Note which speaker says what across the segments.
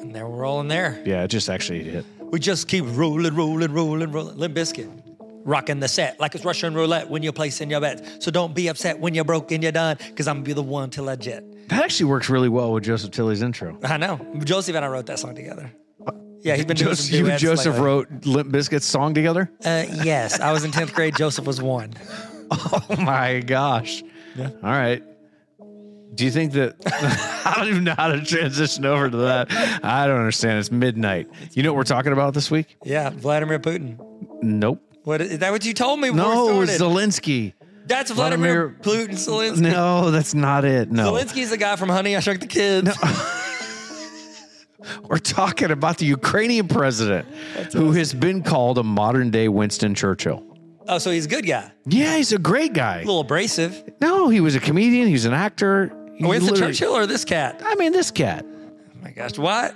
Speaker 1: And there we're rolling there.
Speaker 2: Yeah, it just actually hit.
Speaker 1: We just keep rolling, rolling, rolling, rolling. Limp Biscuit. Rocking the set like it's Russian roulette when you're placing your bets. So don't be upset when you're broke and you're done, because I'm going to be the one till I jet.
Speaker 2: That actually works really well with Joseph Tilly's intro.
Speaker 1: I know. Joseph and I wrote that song together. Yeah, he's been doing
Speaker 2: Joseph,
Speaker 1: some
Speaker 2: you and
Speaker 1: duets
Speaker 2: Joseph
Speaker 1: lately.
Speaker 2: wrote Limp Bizkit's song together?
Speaker 1: Uh, yes, I was in tenth grade. Joseph was one.
Speaker 2: Oh my gosh.
Speaker 1: Yeah.
Speaker 2: All right. Do you think that I don't even know how to transition over to that? I don't understand. It's midnight. You know what we're talking about this week?
Speaker 1: Yeah, Vladimir Putin.
Speaker 2: Nope.
Speaker 1: What is that? What you told me? Before
Speaker 2: No,
Speaker 1: we
Speaker 2: it's
Speaker 1: started?
Speaker 2: Zelensky.
Speaker 1: that's Vladimir, Putin. Zelensky.
Speaker 2: No, that's not it. No.
Speaker 1: Zelensky's the guy from Honey I Shrunk the Kids.
Speaker 2: We're talking about the Ukrainian president who has been called a modern day Winston Churchill.
Speaker 1: Oh, so he's a good guy.
Speaker 2: Yeah, he's a great guy.
Speaker 1: A little abrasive.
Speaker 2: No, he was a comedian, he was an actor. He
Speaker 1: Winston
Speaker 2: literally-
Speaker 1: Churchill or this cat?
Speaker 2: I mean, this cat,
Speaker 1: Oh my gosh, what?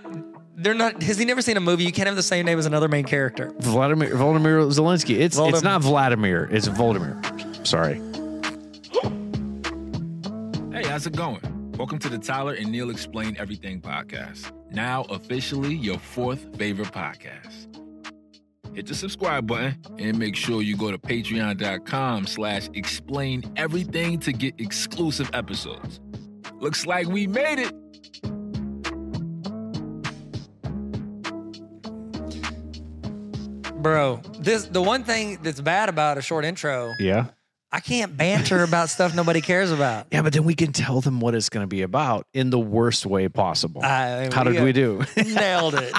Speaker 1: They're not. Has he never seen a movie? You can't have the same name as another main character.
Speaker 2: Vladimir Volodymyr Zelensky. It's
Speaker 1: Volodym-
Speaker 2: it's not Vladimir, it's Volodymyr. Sorry.
Speaker 3: Hey, how's it going? Welcome to the Tyler and Neil Explain Everything podcast. Now, officially your fourth favorite podcast. Hit the subscribe button and make sure you go to patreon.com slash explain everything to get exclusive episodes. Looks like we made it.
Speaker 1: Bro, this the one thing that's bad about a short intro.
Speaker 2: Yeah.
Speaker 1: I can't banter about stuff nobody cares about.
Speaker 2: Yeah, but then we can tell them what it's going to be about in the worst way possible.
Speaker 1: I-
Speaker 2: How did
Speaker 1: yeah.
Speaker 2: we do?
Speaker 1: Nailed it.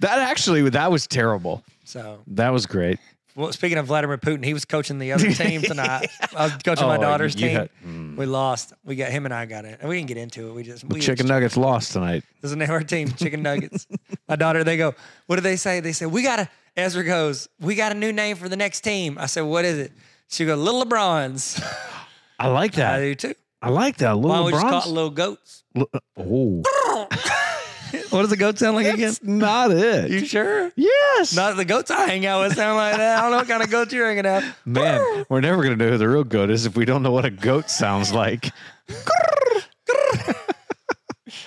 Speaker 2: that actually, that was terrible.
Speaker 1: So,
Speaker 2: That was great.
Speaker 1: well, speaking of Vladimir Putin, he was coaching the other team tonight. I was coaching
Speaker 2: Oh,
Speaker 1: my daughter's
Speaker 2: you- you
Speaker 1: team.
Speaker 2: had-
Speaker 1: We lost. We got him and I got it, and we didn't get into it. We just we
Speaker 2: Chicken nuggets lost tonight.
Speaker 1: There's a name of our team, Chicken Nuggets. My daughter, they go, what do they say? They say, we got a, Ezra goes, we got a new name for the next team. I said, what is it? She goes, Little LeBrons.
Speaker 2: I like
Speaker 1: I
Speaker 2: that.
Speaker 1: do too.
Speaker 2: I like that.
Speaker 1: Why don't
Speaker 2: Little
Speaker 1: we just call
Speaker 2: Bronx.
Speaker 1: it Little Goats?
Speaker 2: oh,
Speaker 1: What does a goat sound like again?
Speaker 2: it's not it.
Speaker 1: You sure?
Speaker 2: yes.
Speaker 1: Not the goats I hang out with sound like that. I don't know what kind of goats you're hanging out.
Speaker 2: Man, we're never going to know who the real goat is if we don't know what a goat sounds like.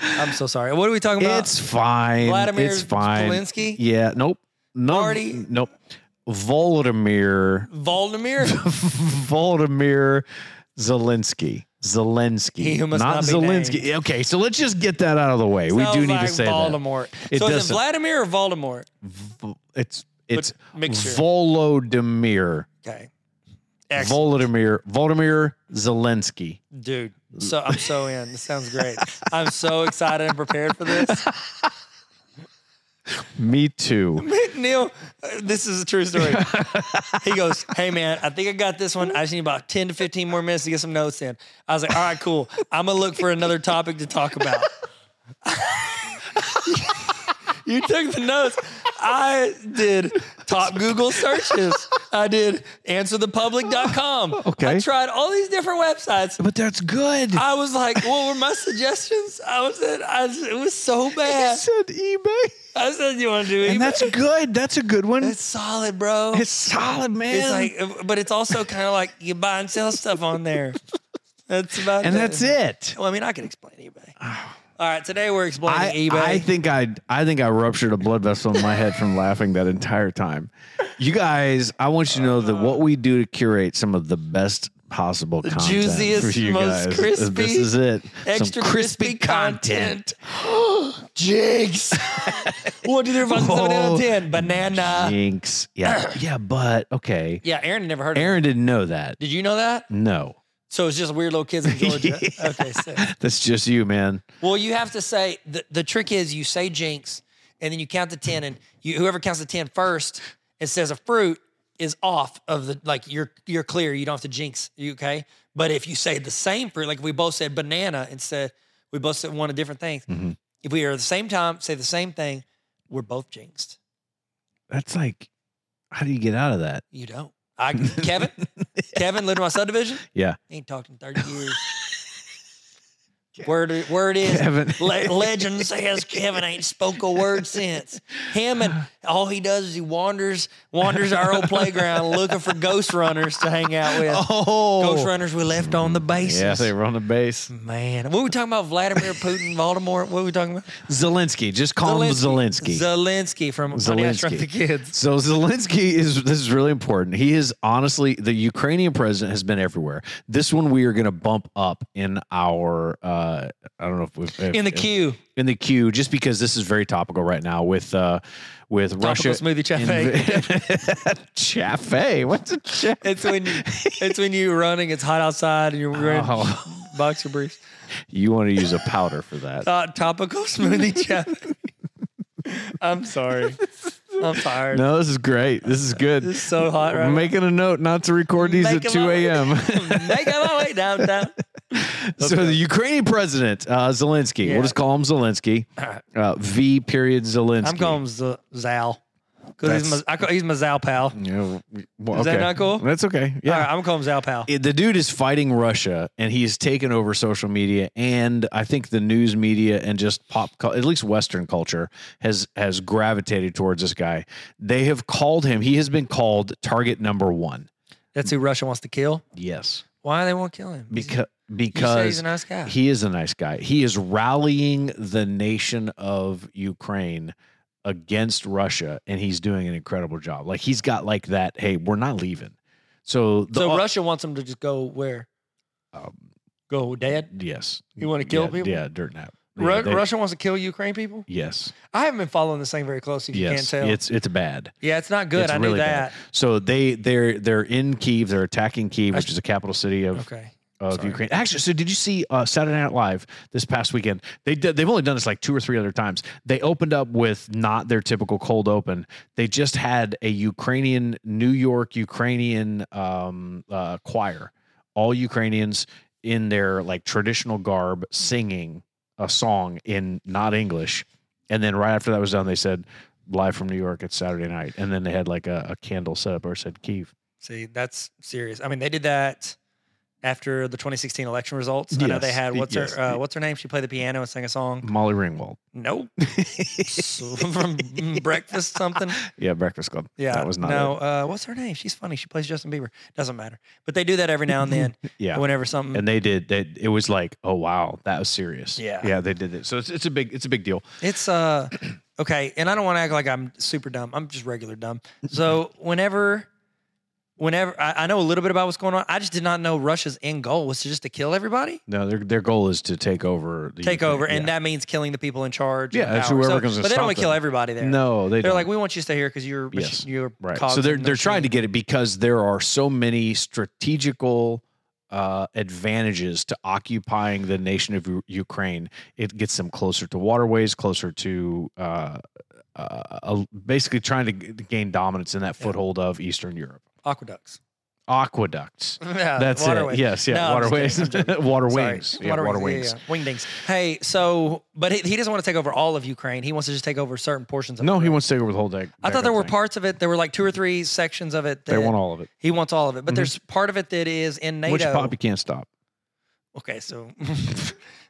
Speaker 1: I'm so sorry. What are we talking about?
Speaker 2: it's fine.
Speaker 1: Vladimir
Speaker 2: it's fine.
Speaker 1: Zelensky?
Speaker 2: Yeah. Nope. No.
Speaker 1: Marty?
Speaker 2: Nope. Volodymyr.
Speaker 1: Voldemir.
Speaker 2: Volodymyr Zelensky. Zelensky.
Speaker 1: He who must not be
Speaker 2: Zelensky.
Speaker 1: named.
Speaker 2: Okay, so let's just get that out of the way. we do
Speaker 1: Sounds
Speaker 2: need
Speaker 1: like
Speaker 2: to say
Speaker 1: Voldemort.
Speaker 2: It
Speaker 1: so is it
Speaker 2: doesn't-
Speaker 1: Vladimir or Voldemort?
Speaker 2: that. It's it's
Speaker 1: mixture.
Speaker 2: Volodymyr.
Speaker 1: Okay. Excellent.
Speaker 2: Volodymyr Volodymyr Zelensky.
Speaker 1: Dude, so I'm so in. This sounds great. I'm so excited and prepared for this.
Speaker 2: Me too.
Speaker 1: Neil, uh, this is a true story. He goes, Hey man, I think I got this one. I just need about 10 to 15 more minutes to get some notes in. I was like, All right, cool. I'm gonna look for another topic to talk about. you took the notes. I did top Google searches. I did answerthepublic.com.
Speaker 2: Okay.
Speaker 1: I tried all these different websites.
Speaker 2: But that's good.
Speaker 1: I was like, "What were my suggestions?" I was said, "I just- it was so bad."
Speaker 2: said eBay.
Speaker 1: I said, "You want to do it?"
Speaker 2: And that's good. That's a good one.
Speaker 1: it's
Speaker 2: It's,
Speaker 1: solid, bro. It's,
Speaker 2: solid, man.
Speaker 1: like, uh, but it's also kind of like you buy and sell stuff on there. That's about.
Speaker 2: and
Speaker 1: the-
Speaker 2: that's it. Ah.
Speaker 1: Well, I mean, I can explain eBay. All right, today we're
Speaker 2: I,
Speaker 1: explaining eBay.
Speaker 2: I think I I think I ruptured a blood vessel in my head from laughing that entire time. You guys, I want you to know that what we do to curate some of the best possible content
Speaker 1: juiciest,
Speaker 2: for you
Speaker 1: most
Speaker 2: guys.
Speaker 1: crispy,
Speaker 2: This is it.
Speaker 1: Extra
Speaker 2: some crispy, content. Jinx.
Speaker 1: One, two, three, four, five, six, seven, eight, nine,
Speaker 2: Oh.
Speaker 1: ten. Banana.
Speaker 2: Jinx. Yeah. yeah, but okay.
Speaker 1: Yeah, Aaron had never heard of. it.
Speaker 2: Aaron didn't know that.
Speaker 1: Did you know that?
Speaker 2: No.
Speaker 1: So it's just weird little kids in Georgia. Okay, sick.
Speaker 2: That's just you, man.
Speaker 1: Well, you have to say the, the trick is you say jinx and then you count to 10 and you, whoever counts to 10 first and says a fruit is off of the like you're you're clear you don't have to jinx you okay but if you say the same fruit like if we both said banana instead we both said one of different things if we are at the same time say the same thing we're both jinxed
Speaker 2: That's like how do you get out of that?
Speaker 1: you don't I Kevin Kevin lived in my subdivision
Speaker 2: Yeah.
Speaker 1: ain't talked in 30 years Word, word is
Speaker 2: Kevin.
Speaker 1: le- legend says Kevin ain't spoke a word since. Him and all he does is he wanders wanders our old playground looking for ghost runners to hang out with.
Speaker 2: Oh,
Speaker 1: Ghost runners we left on the bases.
Speaker 2: yeah, they were on the base.
Speaker 1: Man, what were we talking about? Vladimir Putin, Voldemort. What were we talking about?
Speaker 2: Zelensky, just call him Zelensky.
Speaker 1: Zelensky from Honey, I Shrunk the Kids.
Speaker 2: So Zelensky is this is really important. He is honestly the Ukrainian president has been everywhere. This one we are going to bump up in our uh I don't know if we've
Speaker 1: In the
Speaker 2: if-
Speaker 1: queue.
Speaker 2: in the queue just because this is very topical right now with uh with Russia
Speaker 1: smoothie
Speaker 2: inv- Chafe. What's a chafe?
Speaker 1: It's when you, it's when you're running. It's hot outside and you're wearing
Speaker 2: Oh.
Speaker 1: boxer briefs.
Speaker 2: You want to use a powder for that.
Speaker 1: Uh, topical smoothie chafe. I'm sorry. I'm tired.
Speaker 2: No, this is great. This is good.
Speaker 1: It's so hot right
Speaker 2: I'm
Speaker 1: now.
Speaker 2: making a note not to record these
Speaker 1: Making
Speaker 2: at
Speaker 1: my
Speaker 2: 2
Speaker 1: way-
Speaker 2: a.m.
Speaker 1: Making my way downtown.
Speaker 2: So the Ukrainian president uh, Zelensky,
Speaker 1: Yeah.
Speaker 2: we'll just call him Zelensky. Uh, v. Period Zelensky.
Speaker 1: I'm calling him Z- Zal because he's my,
Speaker 2: That's-
Speaker 1: I call, he's my Zal pal.
Speaker 2: Yeah, well,
Speaker 1: Is that
Speaker 2: okay.
Speaker 1: not cool?
Speaker 2: That's okay. Yeah.
Speaker 1: All right, I'm gonna call him Zal pal.
Speaker 2: It- the dude is fighting Russia, and he's taken over social media, and I think the news media and just pop, cul- at least Western culture, has has gravitated towards this guy. They have called him. He has been called target number one.
Speaker 1: That's who Russia wants to kill.
Speaker 2: Yes,
Speaker 1: Why they want to kill him? He's-
Speaker 2: because
Speaker 1: you said he's
Speaker 2: because
Speaker 1: a nice guy.
Speaker 2: He is a nice guy. He is rallying the nation of Ukraine against Russia, and he's doing an incredible job. Like he's got like that. Hey, we're not leaving. So the
Speaker 1: so Russia wants him to just go where?
Speaker 2: Um,
Speaker 1: go dead.
Speaker 2: yes,
Speaker 1: You wanna kill
Speaker 2: Yeah,
Speaker 1: people?
Speaker 2: Yeah, dirt nap.
Speaker 1: Ru-
Speaker 2: Yeah, they-
Speaker 1: Russia wants to kill Ukraine people.
Speaker 2: Yes,
Speaker 1: I haven't been following this thing very closely. If you can't
Speaker 2: yes,
Speaker 1: tell.
Speaker 2: it's it's bad.
Speaker 1: yeah, it's not good.
Speaker 2: It's
Speaker 1: I knew
Speaker 2: really
Speaker 1: that.
Speaker 2: bad. So they they're they're in Kiev. They're attacking Kiev,
Speaker 1: I
Speaker 2: which is the capital city of
Speaker 1: Okay.
Speaker 2: of
Speaker 1: Sorry.
Speaker 2: Ukraine. Actually, so did you see uh, Saturday Night Live this past weekend? They did, they've only done this like two or three other times. They opened up with not their typical cold open. They just had a Ukrainian New York Ukrainian um, uh, choir, all Ukrainians in their like traditional garb singing a song in not English. And then right after that was done, they said live from New York. It's Saturday night, and then they had like a, a candle set up or said Kiev.
Speaker 1: See, that's serious. I mean, they did that after the 2016 election results. I know they
Speaker 2: Yes,
Speaker 1: had
Speaker 2: y-
Speaker 1: what's
Speaker 2: yes.
Speaker 1: her uh, what's her name? She played the piano and sang a song.
Speaker 2: Molly Ringwald.
Speaker 1: Nope. From mm, breakfast something.
Speaker 2: Yeah, Breakfast Club.
Speaker 1: Yeah.
Speaker 2: that was not
Speaker 1: No, uh, what's her name? She's funny. She plays Justin Bieber. Doesn't matter. But they do that every now and then.
Speaker 2: it. Yeah.
Speaker 1: Whenever something
Speaker 2: and they did they it was like oh wow that was serious
Speaker 1: Yeah.
Speaker 2: yeah they did it so it's, it's a big it's a big deal
Speaker 1: It's uh okay, and I don't want to act like I'm super dumb. I'm just regular dumb. So whenever whenever I, I know a little bit about what's going on, I just did not know Russia's end goal was just to kill everybody.
Speaker 2: no their, their goal is to take over the
Speaker 1: Take
Speaker 2: Ukraine.
Speaker 1: over, and
Speaker 2: Yeah.
Speaker 1: that means killing the people in charge.
Speaker 2: Yeah,
Speaker 1: and
Speaker 2: that's
Speaker 1: power.
Speaker 2: whoever
Speaker 1: So-
Speaker 2: comes and
Speaker 1: But they don't
Speaker 2: stop
Speaker 1: want to kill
Speaker 2: them.
Speaker 1: everybody there.
Speaker 2: no they
Speaker 1: they're
Speaker 2: don't.
Speaker 1: like, we want you to stay here because you're machi-
Speaker 2: Yes,
Speaker 1: you're
Speaker 2: right
Speaker 1: cogs
Speaker 2: so they're
Speaker 1: in the
Speaker 2: they're trying to
Speaker 1: machine.
Speaker 2: get it because there are so many strategical uh, advantages to occupying the nation of U- Ukraine. It gets them closer to waterways, closer to uh, uh, uh, basically trying to g- gain dominance in that
Speaker 1: Yeah.
Speaker 2: foothold of Eastern Europe.
Speaker 1: aqueducts.
Speaker 2: Aqueducts.
Speaker 1: Yeah,
Speaker 2: That's
Speaker 1: Uh, waterways.
Speaker 2: it. Yes,
Speaker 1: No,
Speaker 2: yeah.
Speaker 1: I'm just
Speaker 2: waterways.
Speaker 1: kidding. I'm
Speaker 2: water
Speaker 1: Sorry.
Speaker 2: wings. Yeah, water, wings.
Speaker 1: yeah, yeah. Wingdings. Hey, so, but he, he doesn't want to take over all of Ukraine. He wants to just take over certain portions of
Speaker 2: No, he
Speaker 1: Ukraine.
Speaker 2: wants to take over the whole deck.
Speaker 1: I
Speaker 2: deck
Speaker 1: thought there
Speaker 2: of
Speaker 1: were
Speaker 2: thing.
Speaker 1: parts of it. There were like two or three sections of it. That
Speaker 2: They want all of it.
Speaker 1: He wants all of it, but
Speaker 2: Mhm.
Speaker 1: there's part of it that is in NATO.
Speaker 2: Which Poppy can't stop.
Speaker 1: Okay, so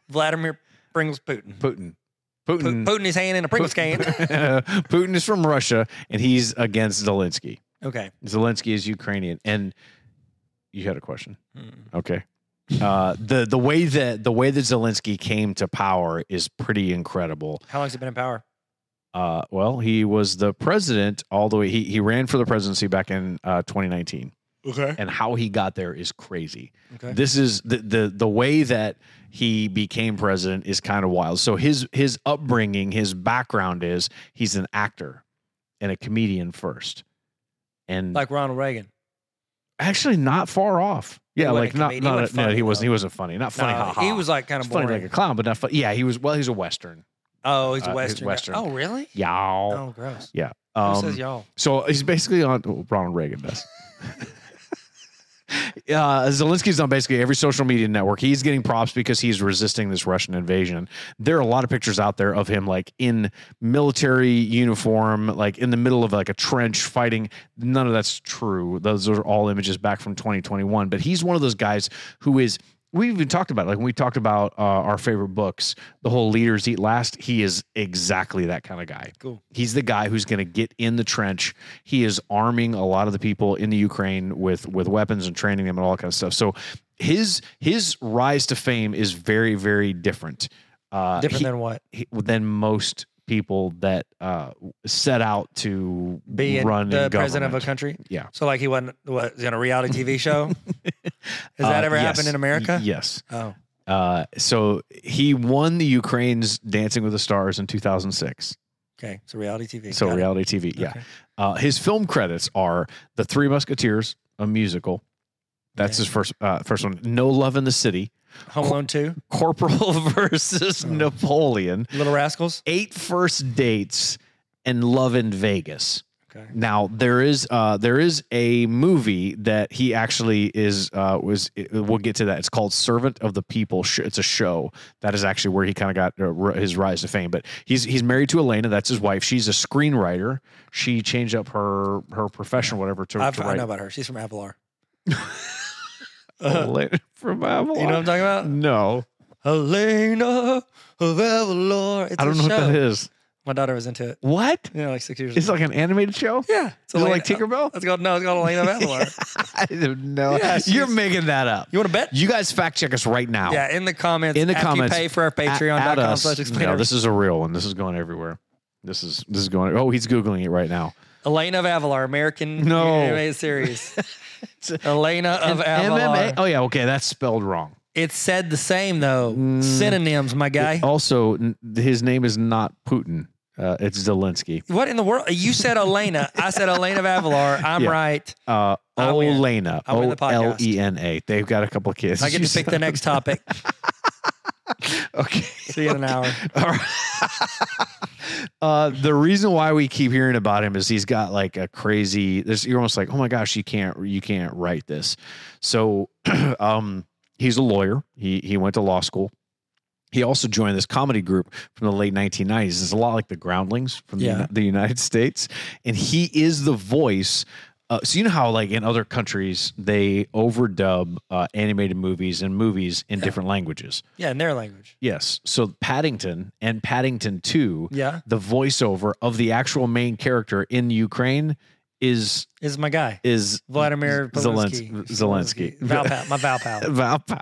Speaker 1: Vladimir Pringles Putin.
Speaker 2: Putin.
Speaker 1: Putin.
Speaker 2: Putin.
Speaker 1: Putin is hand in a Pringles can.
Speaker 2: Putin is from Russia, and he's against Zelensky.
Speaker 1: Okay.
Speaker 2: Zelensky is Ukrainian, and you had a question.
Speaker 1: Mm.
Speaker 2: Okay. Uh, the the way that the way that Zelensky came to power is pretty incredible.
Speaker 1: How long has he been in power?
Speaker 2: Uh, well, he was the president all the way. He he ran for the presidency back in uh, 2019,
Speaker 1: Okay.
Speaker 2: and how he got there is crazy.
Speaker 1: Okay.
Speaker 2: This is the, the the way that he became president is kind of wild. So his his upbringing, his background is he's an actor and a comedian first, and
Speaker 1: Like Ronald Reagan.
Speaker 2: actually not far off. Yeah,
Speaker 1: wasn't
Speaker 2: like
Speaker 1: a
Speaker 2: not
Speaker 1: comedian. He
Speaker 2: not
Speaker 1: wasn't
Speaker 2: no,
Speaker 1: funny,
Speaker 2: he wasn't
Speaker 1: though.
Speaker 2: he wasn't funny, not funny.
Speaker 1: No,
Speaker 2: ha
Speaker 1: he
Speaker 2: ha.
Speaker 1: was like kind of
Speaker 2: He's funny
Speaker 1: boring.
Speaker 2: like a clown, but not funny. Yeah, he was. Well, he's a western.
Speaker 1: oh, he's
Speaker 2: uh,
Speaker 1: a
Speaker 2: he's
Speaker 1: Western. guy.
Speaker 2: Western.
Speaker 1: Oh, really?
Speaker 2: Y'all.
Speaker 1: Oh, gross. Who
Speaker 2: Um,
Speaker 1: says y'all?
Speaker 2: So he's basically on oh, Ronald Reagan does. Uh, Zelensky's on basically every social media network. He's getting props because he's resisting this Russian invasion. There are a lot of pictures out there of him like in military uniform, like in the middle of like a trench fighting. None of that's true. Those are all images back from 2021. But he's one of those guys who is we even talked about it. like when we talked about uh, our favorite books, the whole leaders eat last. He is exactly that kind of guy.
Speaker 1: Cool.
Speaker 2: He's the guy who's going to get in the trench. He is arming a lot of the people in the Ukraine with with weapons and training them and all that kind of stuff. So his his rise to fame is very very different. Uh,
Speaker 1: Different
Speaker 2: he-
Speaker 1: than what?
Speaker 2: he- than most people that uh, set out to
Speaker 1: Be
Speaker 2: run
Speaker 1: the
Speaker 2: in
Speaker 1: president of a
Speaker 2: government.
Speaker 1: country.
Speaker 2: Yeah.
Speaker 1: So like he wasn't what was he on a reality TV show? Has that
Speaker 2: Uh,
Speaker 1: ever
Speaker 2: yes.
Speaker 1: happened in America?
Speaker 2: Y- yes.
Speaker 1: Oh,
Speaker 2: Uh, so he won the Ukraine's Dancing with the Stars in 2006.
Speaker 1: okay. So reality TV.
Speaker 2: So
Speaker 1: Got it.
Speaker 2: reality TV, yeah.
Speaker 1: Okay.
Speaker 2: Uh, his film credits are The Three Musketeers, a musical. That's
Speaker 1: Yeah.
Speaker 2: his first uh, first one. No Love in the City,
Speaker 1: Home Alone Two,
Speaker 2: Corporal versus
Speaker 1: Oh.
Speaker 2: Napoleon,
Speaker 1: Little Rascals.
Speaker 2: Eight First Dates, and Love in Vegas.
Speaker 1: Okay.
Speaker 2: Now there is uh there is a movie that he actually is uh was it- we'll get to that. It's called Servant of the People. Sh- It's a show that is actually where he kind of got uh, r- his rise to fame. But he's he's married to Elena. That's his wife. She's a screenwriter. She changed up her her profession, whatever, to,
Speaker 1: I've,
Speaker 2: to
Speaker 1: I know
Speaker 2: write.
Speaker 1: about her. She's from Avalar. Uh,
Speaker 2: Elena from Avalon.
Speaker 1: You know what I'm talking about?
Speaker 2: no,
Speaker 1: Helena of Avalor. It's
Speaker 2: I don't
Speaker 1: a
Speaker 2: know
Speaker 1: show.
Speaker 2: what that is.
Speaker 1: My daughter was into it.
Speaker 2: What?
Speaker 1: Yeah, like six years
Speaker 2: It's
Speaker 1: ago.
Speaker 2: like an animated show.
Speaker 1: yeah. It's
Speaker 2: Is it
Speaker 1: Elena-
Speaker 2: like Tinkerbell?
Speaker 1: It's called no. It's called Elena of Avalor.
Speaker 2: I don't know.
Speaker 1: Yeah,
Speaker 2: You're
Speaker 1: she's-
Speaker 2: making that up.
Speaker 1: You want to bet?
Speaker 2: You guys fact check us right now.
Speaker 1: Yeah, in the comments.
Speaker 2: In the
Speaker 1: after
Speaker 2: comments,
Speaker 1: you pay for our
Speaker 2: at- at
Speaker 1: patreon.com
Speaker 2: us.
Speaker 1: slash
Speaker 2: No,
Speaker 1: explainer.
Speaker 2: this is a real one. This is going everywhere. This is this is going. Oh, he's googling it right now.
Speaker 1: Elena of Avalar, American
Speaker 2: No.
Speaker 1: anime series. Elena of
Speaker 2: MMA.
Speaker 1: Avalar.
Speaker 2: Oh yeah. Okay, that's spelled wrong.
Speaker 1: It's said the same though.
Speaker 2: Mm. Oh.
Speaker 1: Synonyms, my guy.
Speaker 2: Also, n- his name is not Putin. Uh, it's Zelensky.
Speaker 1: What in the world? You said Elena. I said Elena of Avalar. I'm
Speaker 2: Yeah.
Speaker 1: right.
Speaker 2: Uh,
Speaker 1: I win.
Speaker 2: Olena.
Speaker 1: I win the
Speaker 2: O L
Speaker 1: podcast.
Speaker 2: E N A. They've got a couple of kids.
Speaker 1: I get to pick the next topic.
Speaker 2: Okay.
Speaker 1: See you in an hour.
Speaker 2: All right. uh, the reason why we keep hearing about him is he's got like a crazy. There's, you're almost like, oh my gosh, you can't you can't write this. So, um, he's a lawyer. He he went to law school. He also joined this comedy group from the late 1990s. It's a lot like the Groundlings from the
Speaker 1: Yeah.
Speaker 2: Uni- the United States, and he is the voice. Uh, so you know how like in other countries they overdub uh, animated movies and movies in different languages.
Speaker 1: Yeah, in their language.
Speaker 2: Yes. So Paddington and Paddington 2,
Speaker 1: Yeah.
Speaker 2: the voiceover of the actual main character in Ukraine is
Speaker 1: This is my guy.
Speaker 2: is
Speaker 1: Vladimir
Speaker 2: Zelensky.
Speaker 1: Zelensky.
Speaker 2: Zelensky.
Speaker 1: Val pal, my Val pal.
Speaker 2: Valpa.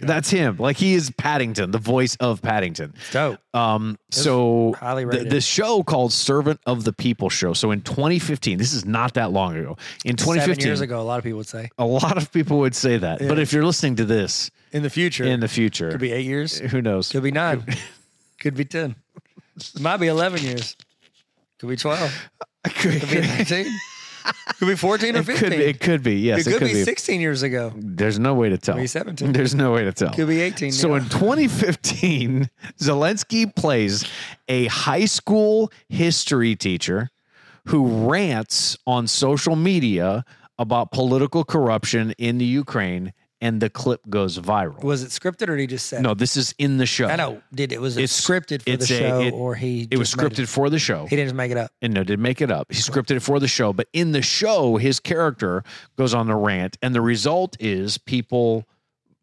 Speaker 2: That's him. Like he is Paddington, the voice of Paddington.
Speaker 1: It's dope.
Speaker 2: Um
Speaker 1: That's
Speaker 2: so
Speaker 1: Highly
Speaker 2: the,
Speaker 1: rated.
Speaker 2: the show called Servant of the People show. So in 2015, this is not that long ago. In
Speaker 1: Seven
Speaker 2: 2015,
Speaker 1: years ago, a lot of people would say.
Speaker 2: a lot of people would say that.
Speaker 1: Yeah.
Speaker 2: But if you're listening to this
Speaker 1: In the future,
Speaker 2: in the future,
Speaker 1: could be eight years,
Speaker 2: who knows?
Speaker 1: could be nine, could be ten, might be eleven years, could be twelve, could be nineteen, could be fourteen or
Speaker 2: It
Speaker 1: fifteen.
Speaker 2: could be. It could be. Yes,
Speaker 1: It could be sixteen years ago.
Speaker 2: There's no way to tell.
Speaker 1: Could be seventeen.
Speaker 2: There's no way to tell.
Speaker 1: Could be eighteen.
Speaker 2: so
Speaker 1: now.
Speaker 2: in 2015, Zelensky plays a high school history teacher who rants on social media about political corruption in the Ukraine, and the clip goes viral.
Speaker 1: was it scripted or did he just say?
Speaker 2: No, this is in the show.
Speaker 1: I know. Did it was it
Speaker 2: It's-
Speaker 1: scripted for the
Speaker 2: it's a-
Speaker 1: show
Speaker 2: it-
Speaker 1: or he?
Speaker 2: It was
Speaker 1: just made
Speaker 2: scripted for the show.
Speaker 1: He didn't just make it up.
Speaker 2: and no, didn't make it up. He scripted it for the show, but in the show, his character goes on the rant, and the result is people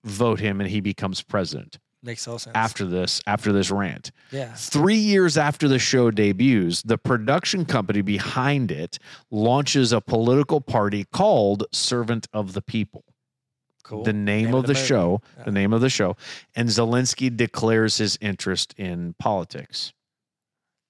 Speaker 2: vote him, and he becomes president
Speaker 1: Makes all sense.
Speaker 2: after this after this rant.
Speaker 1: yeah,
Speaker 2: Three years after the show debuts, the production company behind it launches a political party called Servant of the People.
Speaker 1: cool.
Speaker 2: The name, of the,
Speaker 1: movie.
Speaker 2: show,
Speaker 1: Yeah.
Speaker 2: the name of the show, and Zelensky declares his interest in politics.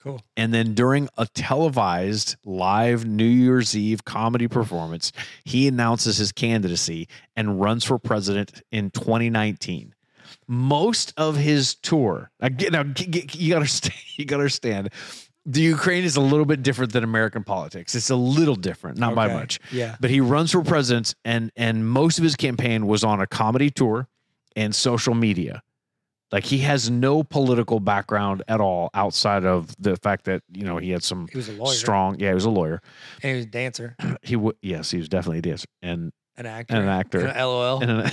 Speaker 1: Cool.
Speaker 2: And then during a televised live New Year's Eve comedy performance, he announces his candidacy and runs for president in 2019. Most of his tour, again, now g- g- you gotta understand, you gotta understand, the Ukraine is a little bit different than American politics. It's a little different, not by
Speaker 1: Okay.
Speaker 2: much.
Speaker 1: Yeah.
Speaker 2: But he runs for president, and and most of his campaign was on a comedy tour and social media. Like he has no political background at all outside of the fact that you know he had some
Speaker 1: He was a lawyer.
Speaker 2: strong. Yeah, he was a lawyer.
Speaker 1: And he was a dancer,
Speaker 2: He w- yes, he was definitely a dancer and
Speaker 1: an actor,
Speaker 2: and an actor.
Speaker 1: and an LOL.
Speaker 2: And an-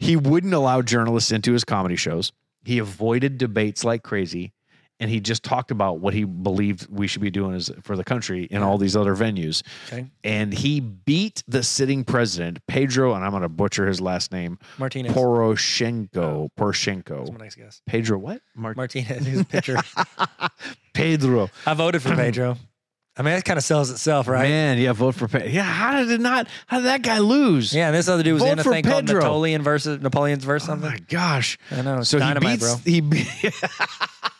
Speaker 2: he wouldn't allow journalists into his comedy shows. He avoided debates like crazy, and he just talked about what he believed we should be doing as, for the country in all these other venues.
Speaker 1: Okay.
Speaker 2: And he beat the sitting president, Pedro, and I'm going to butcher his last name,
Speaker 1: Martinez.
Speaker 2: Poroshenko.
Speaker 1: That's my
Speaker 2: Poroshenko.
Speaker 1: next guess.
Speaker 2: Pedro, what? Mar-
Speaker 1: Martinez. He's a pitcher.
Speaker 2: Pedro.
Speaker 1: I voted for Pedro. I mean, that kind of sells itself, right?
Speaker 2: Man, yeah, vote for Pedro. Yeah, how did it not? How did that guy lose?
Speaker 1: Yeah, and this other dude was
Speaker 2: Vote
Speaker 1: in a
Speaker 2: for
Speaker 1: thing called
Speaker 2: Pedro.
Speaker 1: Napoleon versus Napoleon's verse
Speaker 2: Oh
Speaker 1: something.
Speaker 2: my gosh.
Speaker 1: I know. It's
Speaker 2: So
Speaker 1: dynamite,
Speaker 2: he beats
Speaker 1: bro.
Speaker 2: he beat,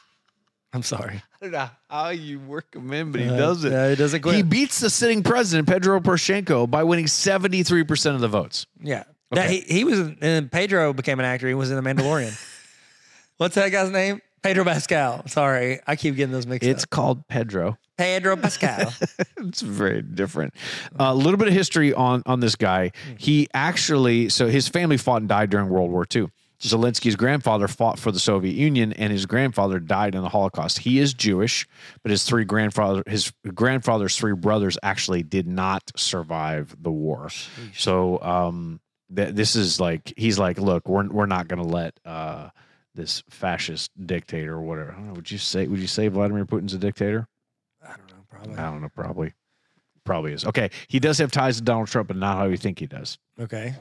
Speaker 1: I'm sorry.
Speaker 2: I don't know how you work him in, but he
Speaker 1: Uh,
Speaker 2: does it.
Speaker 1: Yeah, he doesn't quit.
Speaker 2: He beats the sitting president, Pedro Poroshenko, by winning 73% of the votes.
Speaker 1: yeah. That he, he was in- and Pedro became an actor. He was in The Mandalorian. What's that guy's name? Pedro Pascal. Sorry, I keep getting those mixed
Speaker 2: It's
Speaker 1: up.
Speaker 2: called Pedro.
Speaker 1: Pedro Pascal.
Speaker 2: it's very different. A little bit of history on on this guy. He actually, so his family fought and died during World War II. Zelensky's grandfather fought for the Soviet Union, and his grandfather died in the Holocaust. He is Jewish, but his three grandfather, his grandfather's three brothers, actually did not survive the war. So, um, th- this is like he's like, look, we're we're not going to let uh this fascist dictator or whatever. I don't know. Would you say would you say Vladimir Putin's a dictator?
Speaker 1: I don't know. Probably.
Speaker 2: I don't know. Probably, probably is. Okay, he does have ties to Donald Trump, but not how you think he does.
Speaker 1: Okay.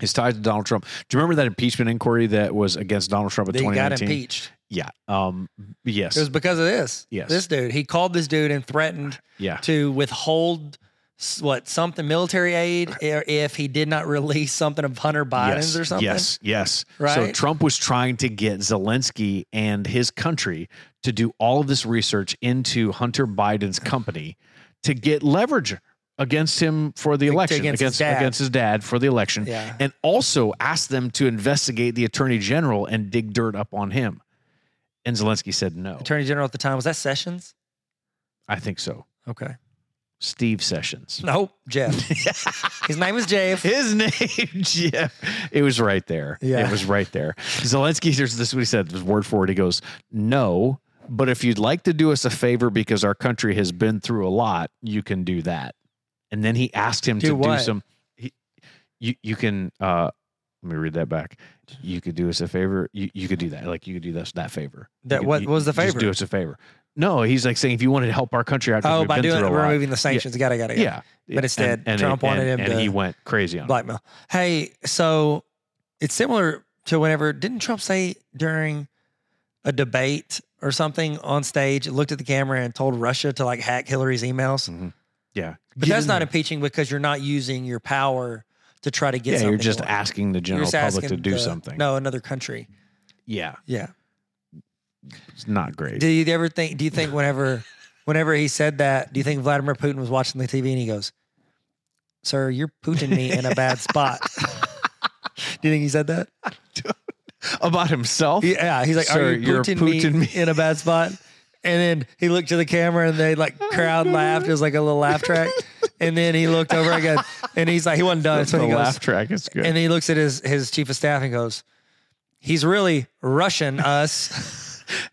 Speaker 2: His ties to Donald Trump. Do you remember that impeachment inquiry that was against Donald Trump in
Speaker 1: They got
Speaker 2: 2019?
Speaker 1: impeached.
Speaker 2: Yeah. Um. Yes.
Speaker 1: It was because of this.
Speaker 2: Yes.
Speaker 1: This dude. He called this dude and threatened
Speaker 2: yeah.
Speaker 1: to withhold s- what something military aid i- if he did not release something of Hunter Biden's
Speaker 2: Uh, yes,
Speaker 1: or something.
Speaker 2: Yes. Yes. So
Speaker 1: Right?
Speaker 2: Trump was trying to get Zelensky and his country to do all of this research into Hunter Biden's company to get leverage against him for the election
Speaker 1: against his
Speaker 2: against
Speaker 1: dad.
Speaker 2: against his dad for the election
Speaker 1: Yeah.
Speaker 2: and also asked them to investigate the attorney general and dig dirt up on him. And Zelensky said no.
Speaker 1: Attorney General at the time was that Sessions?
Speaker 2: I think so.
Speaker 1: Okay.
Speaker 2: Steve Sessions.
Speaker 1: Nope. Jeff. His name was Jeff.
Speaker 2: His name, Jeff. It was right there.
Speaker 1: Yeah.
Speaker 2: It was right there. Zelensky, here's this is what he said, this word for it. He goes, No, but if you'd like to do us a favor because our country has been through a lot, you can do that. And then he asked him
Speaker 1: Do
Speaker 2: to
Speaker 1: what?
Speaker 2: do some he, you you can uh let me read that back. You could do us a favor. You, you could do that. Like you could do us that favor. You
Speaker 1: That-
Speaker 2: could-
Speaker 1: what
Speaker 2: you-
Speaker 1: was the
Speaker 2: Just do
Speaker 1: favor?
Speaker 2: us a favor. No, he's like saying if you wanted to help our country out. 'cause
Speaker 1: Oh,
Speaker 2: we've
Speaker 1: by
Speaker 2: been
Speaker 1: doing
Speaker 2: through
Speaker 1: it,
Speaker 2: a lot.
Speaker 1: removing the sanctions. Gotta gotta gotta.
Speaker 2: Yeah.
Speaker 1: But instead, Trump wanted him
Speaker 2: and
Speaker 1: to-
Speaker 2: he went crazy on it.
Speaker 1: Blackmail. Hey, so it's similar to whenever didn't Trump say during a debate or something on stage, looked at the camera and told Russia to like hack Hillary's emails?
Speaker 2: Mm. Yeah.
Speaker 1: But that's not impeaching because you're not using your power to try to get
Speaker 2: Yeah,
Speaker 1: something.
Speaker 2: you're just
Speaker 1: done.
Speaker 2: asking the
Speaker 1: You're
Speaker 2: general
Speaker 1: just
Speaker 2: public to
Speaker 1: asking
Speaker 2: do
Speaker 1: the-
Speaker 2: something.
Speaker 1: No, another country.
Speaker 2: Yeah.
Speaker 1: Yeah.
Speaker 2: It's not great.
Speaker 1: Do you ever think? Do you think whenever, whenever he said that, do you think Vladimir Putin was watching the TV and he goes, "Sir, you're putting me in a bad spot." do you think he said that?
Speaker 2: About himself?
Speaker 1: Yeah, he's like, "Are
Speaker 2: Sir,
Speaker 1: you
Speaker 2: you're
Speaker 1: putting,
Speaker 2: putting
Speaker 1: me,
Speaker 2: me-
Speaker 1: in a bad spot?" And then he looked to the camera and they like crowd laughed. It was like a little laugh track. And then he looked over again and he's like, he wasn't done. So
Speaker 2: the
Speaker 1: he goes,
Speaker 2: laugh track is good.
Speaker 1: And he looks at his his chief of staff and goes, "He's really rushing us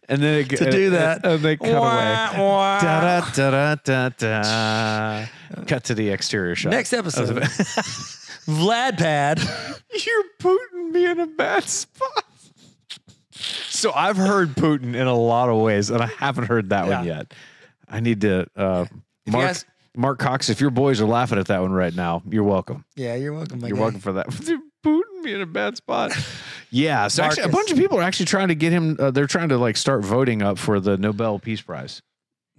Speaker 2: And then it,
Speaker 1: to do that."
Speaker 2: And they cut away.
Speaker 1: Wah, wah.
Speaker 2: Da, da, da, da, da. Cut to the exterior shot.
Speaker 1: Next episode, Vlad Pad.
Speaker 2: You're Putin being a bad spot. So I've heard Putin in a lot of ways, and I haven't heard that one
Speaker 1: Yeah.
Speaker 2: yet. I need to uh, Mark
Speaker 1: guys-
Speaker 2: Mark Cox. If your boys are laughing at that one right now, you're welcome.
Speaker 1: Yeah, you're welcome. My
Speaker 2: You're
Speaker 1: guy.
Speaker 2: welcome for that. Putin be in a bad spot. Yeah. So actually, a
Speaker 1: Marcus.
Speaker 2: bunch of people are actually trying to get him. Uh, they're trying to like start voting up for the Nobel Peace Prize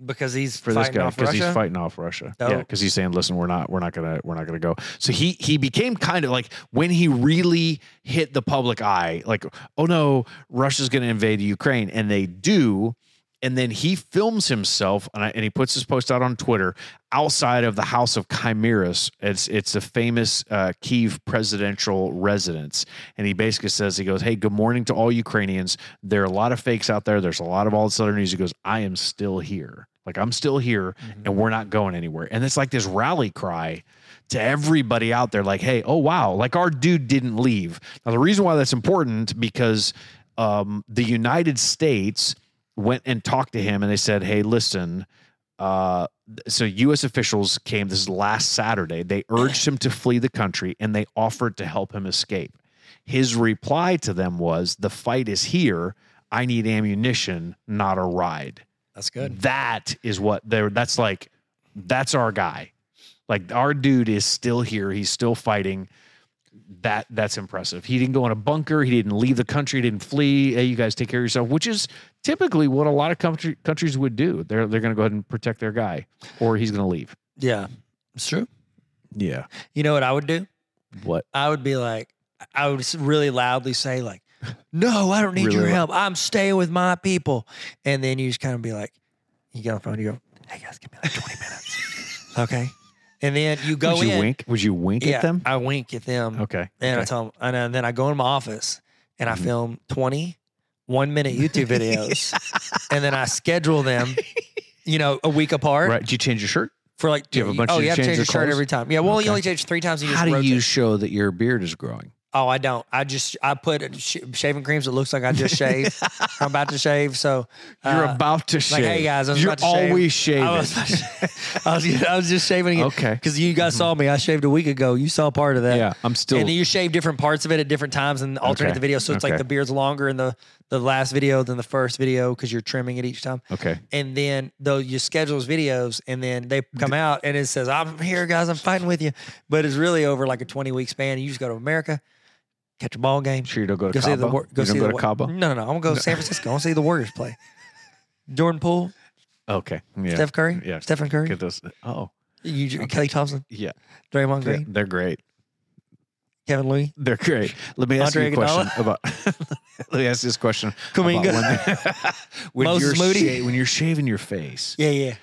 Speaker 1: because he's
Speaker 2: for this
Speaker 1: fighting
Speaker 2: guy
Speaker 1: off
Speaker 2: because
Speaker 1: Russia.
Speaker 2: he's fighting off Russia.
Speaker 1: Oh.
Speaker 2: Yeah. Because he's saying, listen, we're not, we're not gonna, we're not gonna go. So he he became kind of like when he really hit the public eye, like, oh no, Russia's gonna invade Ukraine, and they do. And then he films himself and, I, and he puts his post out on Twitter outside of the House of Chimeras. It's it's a famous uh, Kiev presidential residence, and he basically says he goes, "Hey, good morning to all Ukrainians. There are a lot of fakes out there. There's a lot of all this other news." He goes, "I am still here. Like I'm still here,
Speaker 1: Mm-hmm.
Speaker 2: and we're not going anywhere." And it's like this rally cry to everybody out there, like, "Hey, oh wow, like our dude didn't leave." Now the reason why that's important because um, the United States went and talked to him, and they said, "Hey, listen." Uh, so U.S. officials came this is last Saturday. They urged him to flee the country and they offered to help him escape. His reply to them was, "The fight is here. I need ammunition, not a ride.
Speaker 1: That's good.
Speaker 2: That is what they're that's like that's our guy. Like our dude is still here. He's still fighting. That that's impressive. He didn't go in a bunker. He didn't leave the country. Didn't flee. Hey, you guys take care of yourself, which is typically what a lot of country, countries would do. They're they're going to go ahead and protect their guy, or he's going to leave.
Speaker 1: Yeah, it's true.
Speaker 2: Yeah.
Speaker 1: You know what I would do?
Speaker 2: What?
Speaker 1: I would be like, I would s- really loudly say like, "No, I don't need your
Speaker 2: Really
Speaker 1: help. I'm staying with my people." And then you just kind of be like, you get on the phone, you go, "Hey guys, give me like 20 minutes, okay?" And then you go
Speaker 2: Would you
Speaker 1: in.
Speaker 2: wink? Would you wink
Speaker 1: yeah,
Speaker 2: at them?
Speaker 1: I wink at them,
Speaker 2: okay.
Speaker 1: and I
Speaker 2: okay.
Speaker 1: tell them, and uh, then I go in my office and I
Speaker 2: Mhm.
Speaker 1: film 20 one minute YouTube videos, and then I schedule them. You know, a week apart
Speaker 2: Right. Did you change your shirt?
Speaker 1: for like.
Speaker 2: Do you have a bunch
Speaker 1: oh,
Speaker 2: of
Speaker 1: you have to change
Speaker 2: change your
Speaker 1: your shirt
Speaker 2: clothes?
Speaker 1: every time. Yeah, well,
Speaker 2: Okay.
Speaker 1: you only change three times. And you just
Speaker 2: How do
Speaker 1: rotate.
Speaker 2: you show that your beard is growing?
Speaker 1: Oh, I don't. I just I put sh- shaving creams that looks like I just shaved. I'm about to shave, so uh,
Speaker 2: You're about to shave.
Speaker 1: like, hey, guys, I was
Speaker 2: You're
Speaker 1: about to shave.
Speaker 2: always shaving.
Speaker 1: I was, about to shave. I was I was just shaving it
Speaker 2: okay. Mm-hmm.
Speaker 1: because you guys saw me. I shaved a week ago. You saw part of that.
Speaker 2: Yeah, I'm still.
Speaker 1: And then you shave different parts of it at different times and alternate
Speaker 2: Okay.
Speaker 1: the video. So it's
Speaker 2: Okay.
Speaker 1: like the beard's longer in the, the last video than the first video because you're trimming it each time.
Speaker 2: okay.
Speaker 1: And then though you schedule those videos and then they come out and it says, I'm here, guys, I'm fighting with you. But it's really over like a 20 week span. You just go to America, catch a ball game,
Speaker 2: I'm sure you don't go to
Speaker 1: go see
Speaker 2: Cabo.
Speaker 1: the Wa- go
Speaker 2: you don't
Speaker 1: see
Speaker 2: go
Speaker 1: the Hmm?
Speaker 2: to
Speaker 1: Wa-
Speaker 2: Cabo.
Speaker 1: No, no, no. I'm gonna go to San Francisco. I want to see the Warriors play. Jordan Poole,
Speaker 2: Okay. Yeah.
Speaker 1: Steph Curry,
Speaker 2: Yeah.
Speaker 1: Stephen Curry,
Speaker 2: Get those. Oh,
Speaker 1: you, Kelly Thompson,
Speaker 2: yeah.
Speaker 1: Draymond
Speaker 2: They're,
Speaker 1: Green,
Speaker 2: they're great.
Speaker 1: Kevin Looney,
Speaker 2: They're great. Let me ask
Speaker 1: Andre
Speaker 2: you a question about. let me ask this question. about
Speaker 1: Kuminga.
Speaker 2: When, when, you're
Speaker 1: Moses Moody.
Speaker 2: sha- when you're shaving your face,
Speaker 1: Yeah, yeah.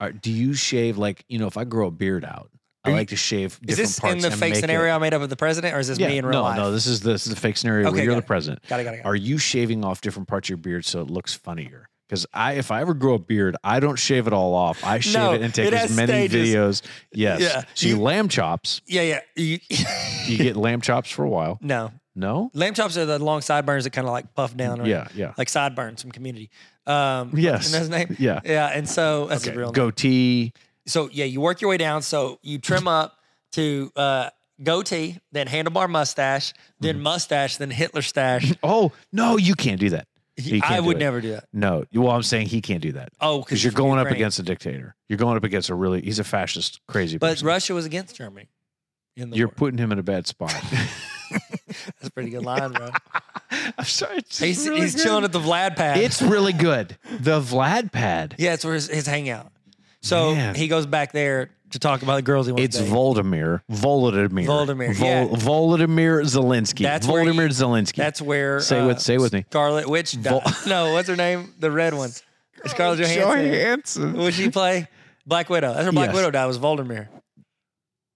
Speaker 2: are- do you shave like you know? If I grow a beard out,
Speaker 1: Are
Speaker 2: I
Speaker 1: you-
Speaker 2: like to shave.
Speaker 1: Is
Speaker 2: Different
Speaker 1: this
Speaker 2: parts
Speaker 1: in the
Speaker 2: and
Speaker 1: fake
Speaker 2: make it-
Speaker 1: scenario I made up of the president, or is this
Speaker 2: Yeah,
Speaker 1: me in real
Speaker 2: no,
Speaker 1: life?
Speaker 2: no. This is this is the fake scenario
Speaker 1: Okay,
Speaker 2: where you're
Speaker 1: got
Speaker 2: the
Speaker 1: it.
Speaker 2: president.
Speaker 1: got it, got it, got it.
Speaker 2: Are you shaving off different parts of your beard so it looks funnier? Because I, if I ever grow a beard, I don't shave it all off. I shave
Speaker 1: No,
Speaker 2: it and take
Speaker 1: it
Speaker 2: as
Speaker 1: has
Speaker 2: many
Speaker 1: stages.
Speaker 2: videos. Yes.
Speaker 1: Yeah.
Speaker 2: So you,
Speaker 1: You-
Speaker 2: lamb chops.
Speaker 1: Yeah, yeah. You-
Speaker 2: You get lamb chops for a while.
Speaker 1: no,
Speaker 2: No.
Speaker 1: lamb chops are the long sideburns that kind of like puff down. Right?
Speaker 2: Yeah. Yeah.
Speaker 1: like sideburns from Community. Um,
Speaker 2: Yes.
Speaker 1: and that's his name.
Speaker 2: Yeah.
Speaker 1: Yeah, and so that's his
Speaker 2: Okay.
Speaker 1: real name.
Speaker 2: Goatee.
Speaker 1: So yeah, you work your way down. So you trim up to uh, goatee, then handlebar mustache, then
Speaker 2: Mm-hmm.
Speaker 1: mustache, then Hitler stash.
Speaker 2: Oh no, you can't do that. You can't
Speaker 1: I
Speaker 2: do
Speaker 1: would
Speaker 2: it.
Speaker 1: never do that.
Speaker 2: No. Well, I'm saying he can't do that
Speaker 1: Oh, because
Speaker 2: because you're going up
Speaker 1: Ukraine.
Speaker 2: against a dictator. You're going up against a really. He's a fascist, crazy.
Speaker 1: But
Speaker 2: person.
Speaker 1: Russia was against Germany. In the
Speaker 2: you're
Speaker 1: war.
Speaker 2: putting him in a bad spot.
Speaker 1: That's a pretty good line, bro.
Speaker 2: I'm sorry. it's
Speaker 1: He's,
Speaker 2: really
Speaker 1: he's
Speaker 2: good.
Speaker 1: chilling at the Vlad pad.
Speaker 2: It's really good. The Vlad pad.
Speaker 1: Yeah, it's where his, his hangout. So
Speaker 2: Man.
Speaker 1: he goes back there to talk about the girls he wants
Speaker 2: It's
Speaker 1: to date.
Speaker 2: Volodymyr. Volodymyr.
Speaker 1: Volodymyr,
Speaker 2: Vol-
Speaker 1: yeah.
Speaker 2: Volodymyr Zelensky.
Speaker 1: That's where
Speaker 2: Volodymyr
Speaker 1: you-
Speaker 2: Zelensky.
Speaker 1: That's where uh,
Speaker 2: Say with- say with me.
Speaker 1: Scarlet Witch.
Speaker 2: Vol-
Speaker 1: died. no, what's her name? The red one. Scarlett Johansson.
Speaker 2: Johansson.
Speaker 1: Would she play Black Widow? That's where Black
Speaker 2: Yes.
Speaker 1: Widow died. Was Voldemir.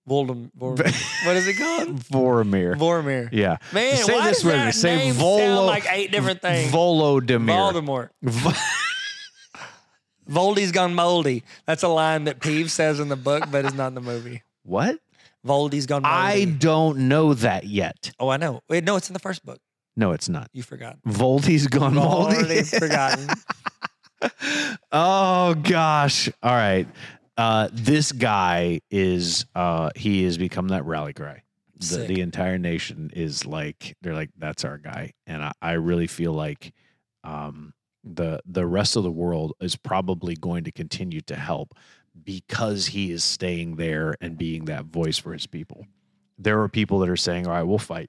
Speaker 1: Voldem. Voldem- what is it called?
Speaker 2: Voromir.
Speaker 1: Vormir.
Speaker 2: Yeah.
Speaker 1: Man,
Speaker 2: Say
Speaker 1: why
Speaker 2: this
Speaker 1: does
Speaker 2: with
Speaker 1: that
Speaker 2: me. Say
Speaker 1: name
Speaker 2: Volo-
Speaker 1: sound like eight different things?
Speaker 2: Volodymyr.
Speaker 1: Voldemort.
Speaker 2: Vo-
Speaker 1: Voldy's gone moldy. That's a line that Peeve says in the book, but it's not in the movie.
Speaker 2: what?
Speaker 1: Voldy's gone moldy.
Speaker 2: I don't know that yet.
Speaker 1: oh, I know. Wait, no, it's in the first book.
Speaker 2: No, it's not.
Speaker 1: You forgot.
Speaker 2: Voldy's gone
Speaker 1: Already
Speaker 2: moldy.
Speaker 1: forgotten.
Speaker 2: oh gosh. All right. Uh, this guy is uh, he has become that rally cry. The,
Speaker 1: Sick.
Speaker 2: the entire nation is like they're like that's our guy, and I, I really feel like um, the the rest of the world is probably going to continue to help because he is staying there and being that voice for his people. There are people that are saying, "All right, we'll fight.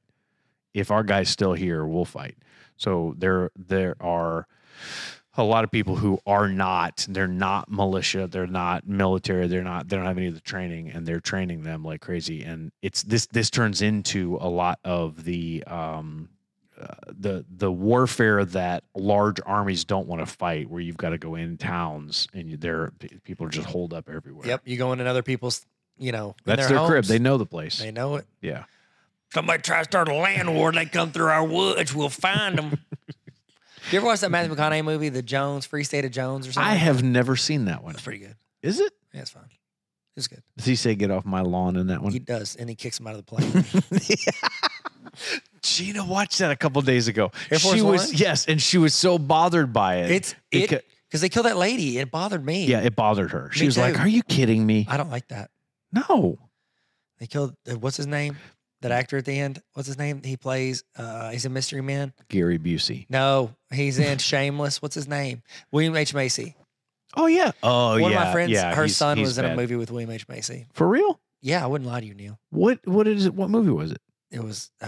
Speaker 2: If our guy's still here, we'll fight." So there there are a lot of people who are not they're not militia they're not military they're not they don't have any of the training and they're training them like crazy and it's this this turns into a lot of the um uh, the the warfare that large armies don't want to fight where you've got to go in towns and you- there people are just holed up everywhere
Speaker 1: Yep, you go into other people's, you know, in
Speaker 2: that's their, crib
Speaker 1: homes.
Speaker 2: they know the place
Speaker 1: They know it.
Speaker 2: yeah
Speaker 1: Somebody tries to start a land war, they come through our woods, we'll find them. you ever watch that Matthew McConaughey movie, The Jones, Free State of Jones, or something?
Speaker 2: i have never seen that one
Speaker 1: That's pretty good.
Speaker 2: is it
Speaker 1: Yeah, it's fine. It's good.
Speaker 2: does he say get off my lawn in that one
Speaker 1: He does, and he kicks him out of the plane.
Speaker 2: Gina watched that a couple days ago.
Speaker 1: Air Force
Speaker 2: she was
Speaker 1: One?
Speaker 2: yes, and she was so bothered by it.
Speaker 1: it's
Speaker 2: It
Speaker 1: it because they killed that lady. It bothered me.
Speaker 2: yeah, it bothered her. She
Speaker 1: Me
Speaker 2: was like,
Speaker 1: too.
Speaker 2: "Are you kidding me?"
Speaker 1: I don't like that.
Speaker 2: no,
Speaker 1: They killed uh, what's his name? that actor at the end. What's his name? He plays. Uh, he's a mystery man.
Speaker 2: Gary Busey.
Speaker 1: No, he's in Shameless. What's his name? William H Macy.
Speaker 2: Oh yeah. Oh
Speaker 1: One
Speaker 2: yeah.
Speaker 1: of my friends,
Speaker 2: yeah,
Speaker 1: her
Speaker 2: he's-
Speaker 1: son
Speaker 2: he's
Speaker 1: was in a
Speaker 2: bad.
Speaker 1: movie with William H Macy.
Speaker 2: For real?
Speaker 1: Yeah, I wouldn't lie to you, Neil.
Speaker 2: What what is it? What movie was it?
Speaker 1: It was uh,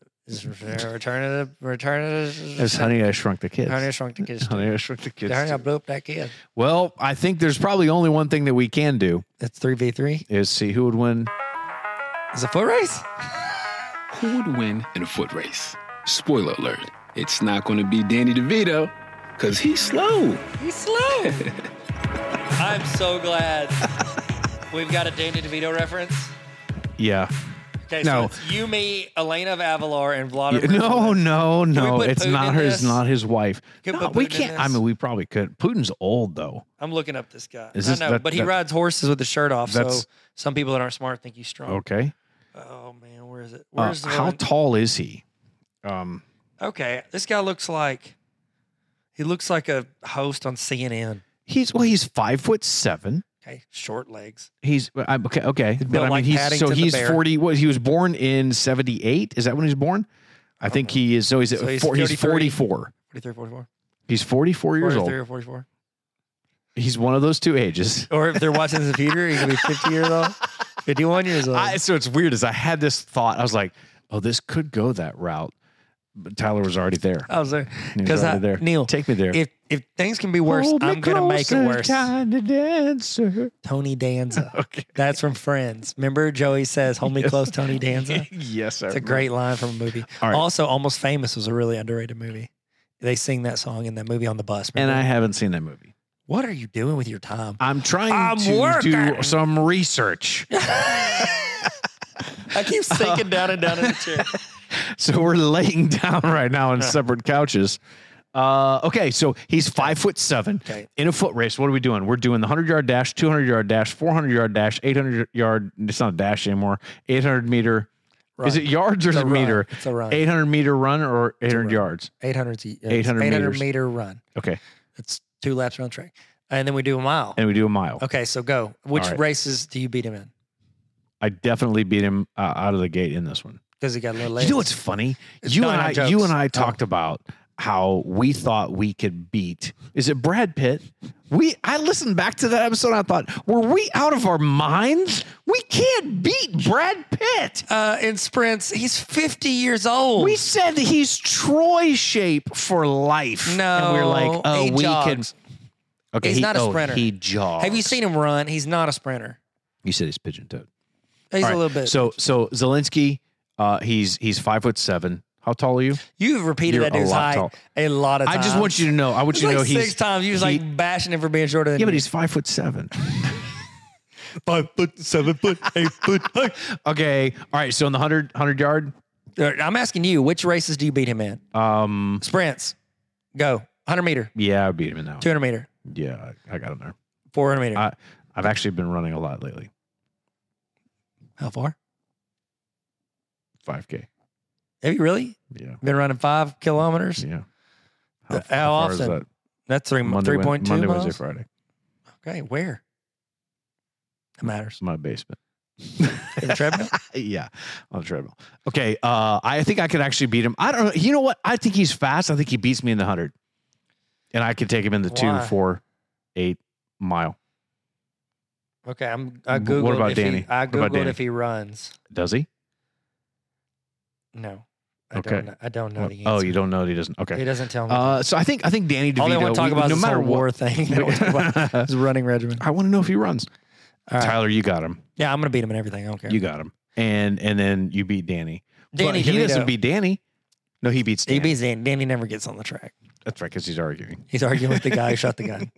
Speaker 1: is Return Return of the Return of the
Speaker 2: It was Honey I Shrunk the Kids.
Speaker 1: Honey, I Shrunk the Kids.
Speaker 2: Honey, I Shrunk the Kids.
Speaker 1: Darn, I
Speaker 2: too.
Speaker 1: blew up that kid.
Speaker 2: Well, I think there's probably only one thing that we can do
Speaker 1: That's three v three.
Speaker 2: is see who would win.
Speaker 1: It's a foot race.
Speaker 3: Who would win in a foot race? Spoiler alert, it's not going to be Danny DeVito because he's slow.
Speaker 1: He's slow. I'm so glad we've got a Danny DeVito reference.
Speaker 2: Yeah.
Speaker 1: Okay,
Speaker 2: No.
Speaker 1: so it's you, me, Elena of Avalar, and
Speaker 2: Yeah,
Speaker 1: Vladimir.
Speaker 2: No,
Speaker 1: Putin.
Speaker 2: no, no.
Speaker 1: put
Speaker 2: It's
Speaker 1: Putin
Speaker 2: not
Speaker 1: in
Speaker 2: her.
Speaker 1: this?
Speaker 2: It's not his wife.
Speaker 1: Can we
Speaker 2: No,
Speaker 1: put
Speaker 2: we
Speaker 1: Putin in
Speaker 2: can't. I
Speaker 1: this?
Speaker 2: mean, we probably could. Putin's old though.
Speaker 1: I'm looking up this guy.
Speaker 2: Is this-
Speaker 1: I know,
Speaker 2: that-
Speaker 1: but he
Speaker 2: that-
Speaker 1: rides horses with his shirt off. So
Speaker 2: That's-
Speaker 1: some people that aren't smart think he's strong.
Speaker 2: Okay.
Speaker 1: Oh man, where is it?
Speaker 2: Uh,
Speaker 1: Where's the
Speaker 2: how
Speaker 1: one?
Speaker 2: tall is he? Um.
Speaker 1: Okay, this guy looks like he looks like a host on CNN.
Speaker 2: He's well. He's five foot seven.
Speaker 1: Okay, short legs.
Speaker 2: He's I, okay. Okay. But
Speaker 1: built
Speaker 2: I mean,
Speaker 1: like
Speaker 2: he's so
Speaker 1: Paddington the
Speaker 2: he's
Speaker 1: bear.
Speaker 2: forty. What he was born in seventy eight. Is that when he was born? I think he is. So he's,
Speaker 1: Uh-huh. So he's
Speaker 2: four, he's
Speaker 1: 33.
Speaker 2: forty four.
Speaker 1: 43, 44.
Speaker 2: He's forty four years
Speaker 1: 43
Speaker 2: old.
Speaker 1: or 44.
Speaker 2: He's one of those two ages.
Speaker 1: Or if they're watching this in the future, he could be 50 years old, 51 years old.
Speaker 2: I, so it's weird. Is I had this thought. I was like, oh, this could go that route. But Tyler was already there.
Speaker 1: I was there.
Speaker 2: He was
Speaker 1: Because
Speaker 2: already there.
Speaker 1: Neil,
Speaker 2: take me there.
Speaker 1: if, if things can be worse,
Speaker 2: Hold me
Speaker 1: I'm going to make it
Speaker 2: closer,
Speaker 1: worse.
Speaker 2: tiny dancer.
Speaker 1: Tony Danza.
Speaker 2: Okay.
Speaker 1: That's from Friends. Remember, Joey says, Hold me close, Tony Danza?
Speaker 2: yes, sir.
Speaker 1: It's a great line from a movie.
Speaker 2: All right.
Speaker 1: Also, Almost Famous was a really underrated movie. They sing that song in that movie on the bus.
Speaker 2: And
Speaker 1: remember?
Speaker 2: I haven't seen that movie.
Speaker 1: what are you doing with your time?
Speaker 2: I'm trying
Speaker 1: I'm
Speaker 2: to do
Speaker 1: working.
Speaker 2: some research.
Speaker 1: I keep sinking down and down in the chair.
Speaker 2: So we're laying down right now on separate couches. Uh, okay, so he's five foot seven
Speaker 1: Okay.
Speaker 2: in a foot race. What are we doing? We're doing the hundred yard dash, two hundred yard dash, four hundred yard dash, eight hundred yard. It's not a dash anymore. Eight hundred meter. Is it yards or is
Speaker 1: It's
Speaker 2: it
Speaker 1: a run.
Speaker 2: meter?
Speaker 1: It's a run.
Speaker 2: Eight hundred meter run or eight
Speaker 1: run.
Speaker 2: hundred yards?
Speaker 1: 800, yeah, it's
Speaker 2: 800 meters.
Speaker 1: uh, meter run.
Speaker 2: Okay,
Speaker 1: That's two laps around the track. And then we do a mile.
Speaker 2: and we do a mile.
Speaker 1: Okay, so go. Which
Speaker 2: right.
Speaker 1: races do you beat him in?
Speaker 2: I definitely beat him uh, out of the gate in this one.
Speaker 1: Because he got a little
Speaker 2: You
Speaker 1: late.
Speaker 2: know what's funny?
Speaker 1: It's
Speaker 2: you
Speaker 1: not
Speaker 2: and
Speaker 1: our
Speaker 2: I,
Speaker 1: jokes.
Speaker 2: you and I
Speaker 1: Oh.
Speaker 2: talked about how we thought we could beat. Is it Brad Pitt? We I listened back to that episode. And I thought, were we out of our minds? We can't beat Brad Pitt.
Speaker 1: Uh, in sprints, he's 50 years old.
Speaker 2: We said that he's Troy shape for life.
Speaker 1: No,
Speaker 2: and we were like, oh,
Speaker 1: he
Speaker 2: we
Speaker 1: jogs.
Speaker 2: can. Okay,
Speaker 1: He's
Speaker 2: he-
Speaker 1: not a
Speaker 2: oh,
Speaker 1: sprinter.
Speaker 2: he jogs.
Speaker 1: Have you seen him run? He's not a sprinter.
Speaker 2: You said he's pigeon toed.
Speaker 1: He's
Speaker 2: All
Speaker 1: a
Speaker 2: right,
Speaker 1: little bit.
Speaker 2: So so Zelensky, uh, he's he's five foot seven. How tall are you?
Speaker 1: You've repeated
Speaker 2: You're
Speaker 1: that dude's
Speaker 2: a lot
Speaker 1: height
Speaker 2: tall.
Speaker 1: a lot of
Speaker 2: I
Speaker 1: times.
Speaker 2: just want you to know. I want
Speaker 1: It's
Speaker 2: you to
Speaker 1: like
Speaker 2: know
Speaker 1: six
Speaker 2: he's
Speaker 1: times. You was
Speaker 2: he-
Speaker 1: like bashing him for being shorter than
Speaker 2: Yeah, but
Speaker 1: you.
Speaker 2: he's five foot seven.
Speaker 1: five foot, seven foot, eight foot.
Speaker 2: okay. All right. So in the 100, 100 yard,
Speaker 1: Uh, I'm asking you, which races do you beat him in?
Speaker 2: um,
Speaker 1: Sprints, go 100 meter,
Speaker 2: yeah, I beat him in that. One.
Speaker 1: 200 meter,
Speaker 2: Yeah, I, I got him there.
Speaker 1: 400 meter.
Speaker 2: I, I've actually been running a lot lately.
Speaker 1: How far?
Speaker 2: Five k.
Speaker 1: Have you really
Speaker 2: Yeah.
Speaker 1: been running five kilometers?
Speaker 2: Yeah.
Speaker 1: How,
Speaker 2: far is
Speaker 1: often?
Speaker 2: that?
Speaker 1: That's three
Speaker 2: Monday,
Speaker 1: three
Speaker 2: Wed-
Speaker 1: point two
Speaker 2: Monday,
Speaker 1: miles.
Speaker 2: Wednesday, Friday.
Speaker 1: Okay, where? It matters.
Speaker 2: It's my basement.
Speaker 1: In the treadmill.
Speaker 2: yeah, on the treadmill. Okay, uh, I think I could actually beat him. I don't know. You know what? I think he's fast. I think he beats me in the hundred, and I could take him in the
Speaker 1: Why?
Speaker 2: two, four, eight mile.
Speaker 1: Okay, I'm. I
Speaker 2: Wh- what
Speaker 1: googled
Speaker 2: about
Speaker 1: if
Speaker 2: Danny?
Speaker 1: He, I
Speaker 2: What about
Speaker 1: googled
Speaker 2: Danny?
Speaker 1: if he runs.
Speaker 2: Does he?
Speaker 1: No. I
Speaker 2: Okay.
Speaker 1: Don't know, I don't know the answer.
Speaker 2: oh, you don't know that he doesn't. Okay.
Speaker 1: He doesn't tell me.
Speaker 2: Uh, so I think I think Danny DeVito.
Speaker 1: All they want to talk
Speaker 2: we-
Speaker 1: about
Speaker 2: no
Speaker 1: is this
Speaker 2: matter
Speaker 1: whole
Speaker 2: what,
Speaker 1: war thing. They want to talk about his running regimen.
Speaker 2: I want to know if he runs.
Speaker 1: All right.
Speaker 2: Tyler, you got him.
Speaker 1: Yeah, I'm gonna beat him in everything. I don't care.
Speaker 2: You got him. And and then you beat Danny.
Speaker 1: Danny
Speaker 2: but he doesn't
Speaker 1: DeVito.
Speaker 2: beat Danny. No, he beats Danny.
Speaker 1: He beats Danny. Danny never gets on the track.
Speaker 2: That's right, because he's arguing.
Speaker 1: He's arguing with the guy who shot the gun.